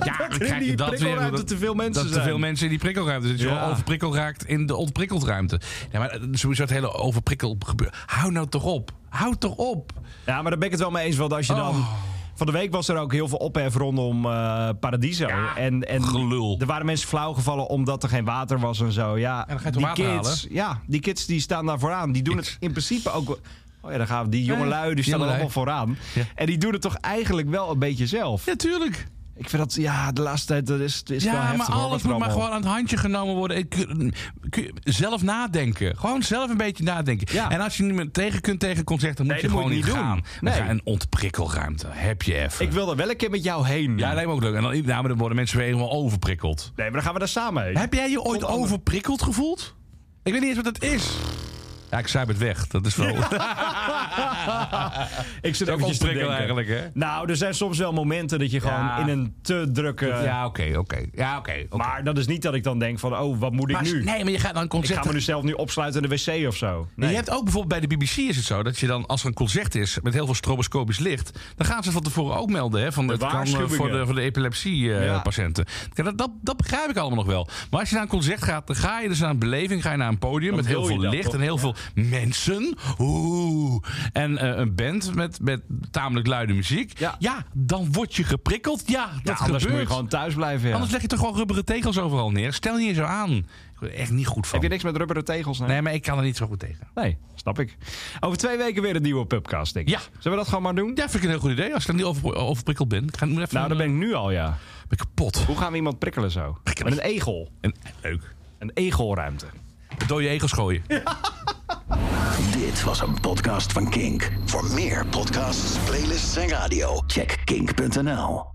Speaker 3: ja, dan
Speaker 2: in die prikkelruimte te veel mensen
Speaker 3: Dat
Speaker 2: zijn.
Speaker 3: te veel mensen in die prikkelruimte zitten. Dus
Speaker 2: Ja.
Speaker 3: Je wel overprikkeld raakt in de ontprikkeldruimte. Ja, maar eh, sowieso het hele overprikkel gebeuren. Hou nou toch op. Hou toch op.
Speaker 2: Ja, maar daar ben ik het wel mee eens. Want als je dan.
Speaker 3: Oh.
Speaker 2: Van de week was er ook heel veel ophef rondom eh, Paradiso.
Speaker 3: Ja,
Speaker 2: en, en
Speaker 3: gelul.
Speaker 2: Er waren mensen flauwgevallen omdat er geen water was en zo. Ja,
Speaker 3: dan ga je toch
Speaker 2: die
Speaker 3: water
Speaker 2: kids, Ja, die kids die staan daar vooraan. Die doen het
Speaker 3: Kids.
Speaker 2: in principe ook. wel- Oh ja, daar gaan we. Die
Speaker 3: Ja,
Speaker 2: jongelui die staan er
Speaker 3: jongelui.
Speaker 2: allemaal vooraan.
Speaker 3: Ja.
Speaker 2: En die doen het toch eigenlijk wel een beetje zelf.
Speaker 3: Ja, tuurlijk.
Speaker 2: Ik vind dat, ja, de laatste tijd dat is, het is wel
Speaker 3: Ja,
Speaker 2: heftig.
Speaker 3: maar
Speaker 2: hoor,
Speaker 3: alles
Speaker 2: wat er
Speaker 3: moet maar
Speaker 2: allemaal-
Speaker 3: gewoon aan het handje genomen worden. Ik, eh, kun je zelf nadenken. Gewoon zelf een beetje nadenken.
Speaker 2: Ja.
Speaker 3: En als je niemand tegen kunt tegen een concert, dan moet
Speaker 2: Nee,
Speaker 3: je
Speaker 2: dat
Speaker 3: gewoon
Speaker 2: moet je
Speaker 3: niet
Speaker 2: niet doen.
Speaker 3: gaan. Dan
Speaker 2: Nee.
Speaker 3: ga je een ontprikkelruimte. Heb je even.
Speaker 2: Ik wil er wel een keer met jou heen.
Speaker 3: Ja, dat lijkt me ook leuk. En dan, nou, maar dan worden mensen weer helemaal overprikkeld.
Speaker 2: Nee, maar dan gaan we daar samen heen.
Speaker 3: Heb jij je ooit
Speaker 2: Tot andere-
Speaker 3: overprikkeld gevoeld? Ik weet niet eens wat dat is. Ja, ik zuip het weg. Dat
Speaker 2: *laughs*
Speaker 3: is wel...
Speaker 2: Ik zit
Speaker 3: Dat
Speaker 2: eventjes
Speaker 3: is ook
Speaker 2: te denken.
Speaker 3: ontprikkel eigenlijk, hè?
Speaker 2: Nou, er zijn soms wel momenten dat je gewoon
Speaker 3: Ja.
Speaker 2: in een te drukke...
Speaker 3: Ja, oké, oké. Ja, oké. oké.
Speaker 2: Maar dat is niet dat ik dan denk van, oh, wat moet ik
Speaker 3: Maar als-
Speaker 2: nu?
Speaker 3: Nee, maar je gaat dan een
Speaker 2: ik
Speaker 3: concert...
Speaker 2: ga me nu zelf nu opsluiten in de wc of zo. Nee.
Speaker 3: Je hebt ook bijvoorbeeld bij de BBC is het zo dat je dan als er een concert is met heel veel stroboscopisch licht, dan gaan ze van tevoren ook melden hè, van het kan eh, voor de,
Speaker 2: waarschuwingen.
Speaker 3: voor de
Speaker 2: Ja.
Speaker 3: epilepsie-patiënten. dat, dat, dat begrijp ik allemaal nog wel. Maar als je naar een concert gaat, dan ga je dus naar een beleving, ga je naar een podium met heel
Speaker 2: wil je
Speaker 3: veel
Speaker 2: dat,
Speaker 3: licht
Speaker 2: toch?
Speaker 3: en heel veel mensen. Oeh. En eh, een band met, met tamelijk luide muziek.
Speaker 2: Ja.
Speaker 3: dan word je geprikkeld. Ja, dat
Speaker 2: Ja, anders
Speaker 3: gebeurt.
Speaker 2: moet je gewoon thuis blijven, ja.
Speaker 3: Anders leg je toch gewoon rubberen tegels overal neer. Stel je je zo aan. Ik word er echt niet goed van.
Speaker 2: Heb je niks met rubberen tegels? Nee.
Speaker 3: Oh. Nee, maar ik kan er niet zo goed tegen.
Speaker 2: Nee, snap ik. Over twee weken weer een nieuwe pubcast, denk ik.
Speaker 3: Ja.
Speaker 2: Zullen we dat gewoon maar doen?
Speaker 3: Ja, vind ik een heel goed idee. Als ik dan niet over, overprikkeld ben. Ik ga nu even
Speaker 2: Nou, dan ben ik nu al, ja.
Speaker 3: ben ik kapot.
Speaker 2: Hoe gaan we iemand prikkelen zo? Met een egel.
Speaker 3: En, leuk.
Speaker 2: Een egelruimte.
Speaker 3: Door je egels gooien.
Speaker 1: Dit was een podcast van Kink. Voor meer podcasts, playlists en radio, check kink.nl.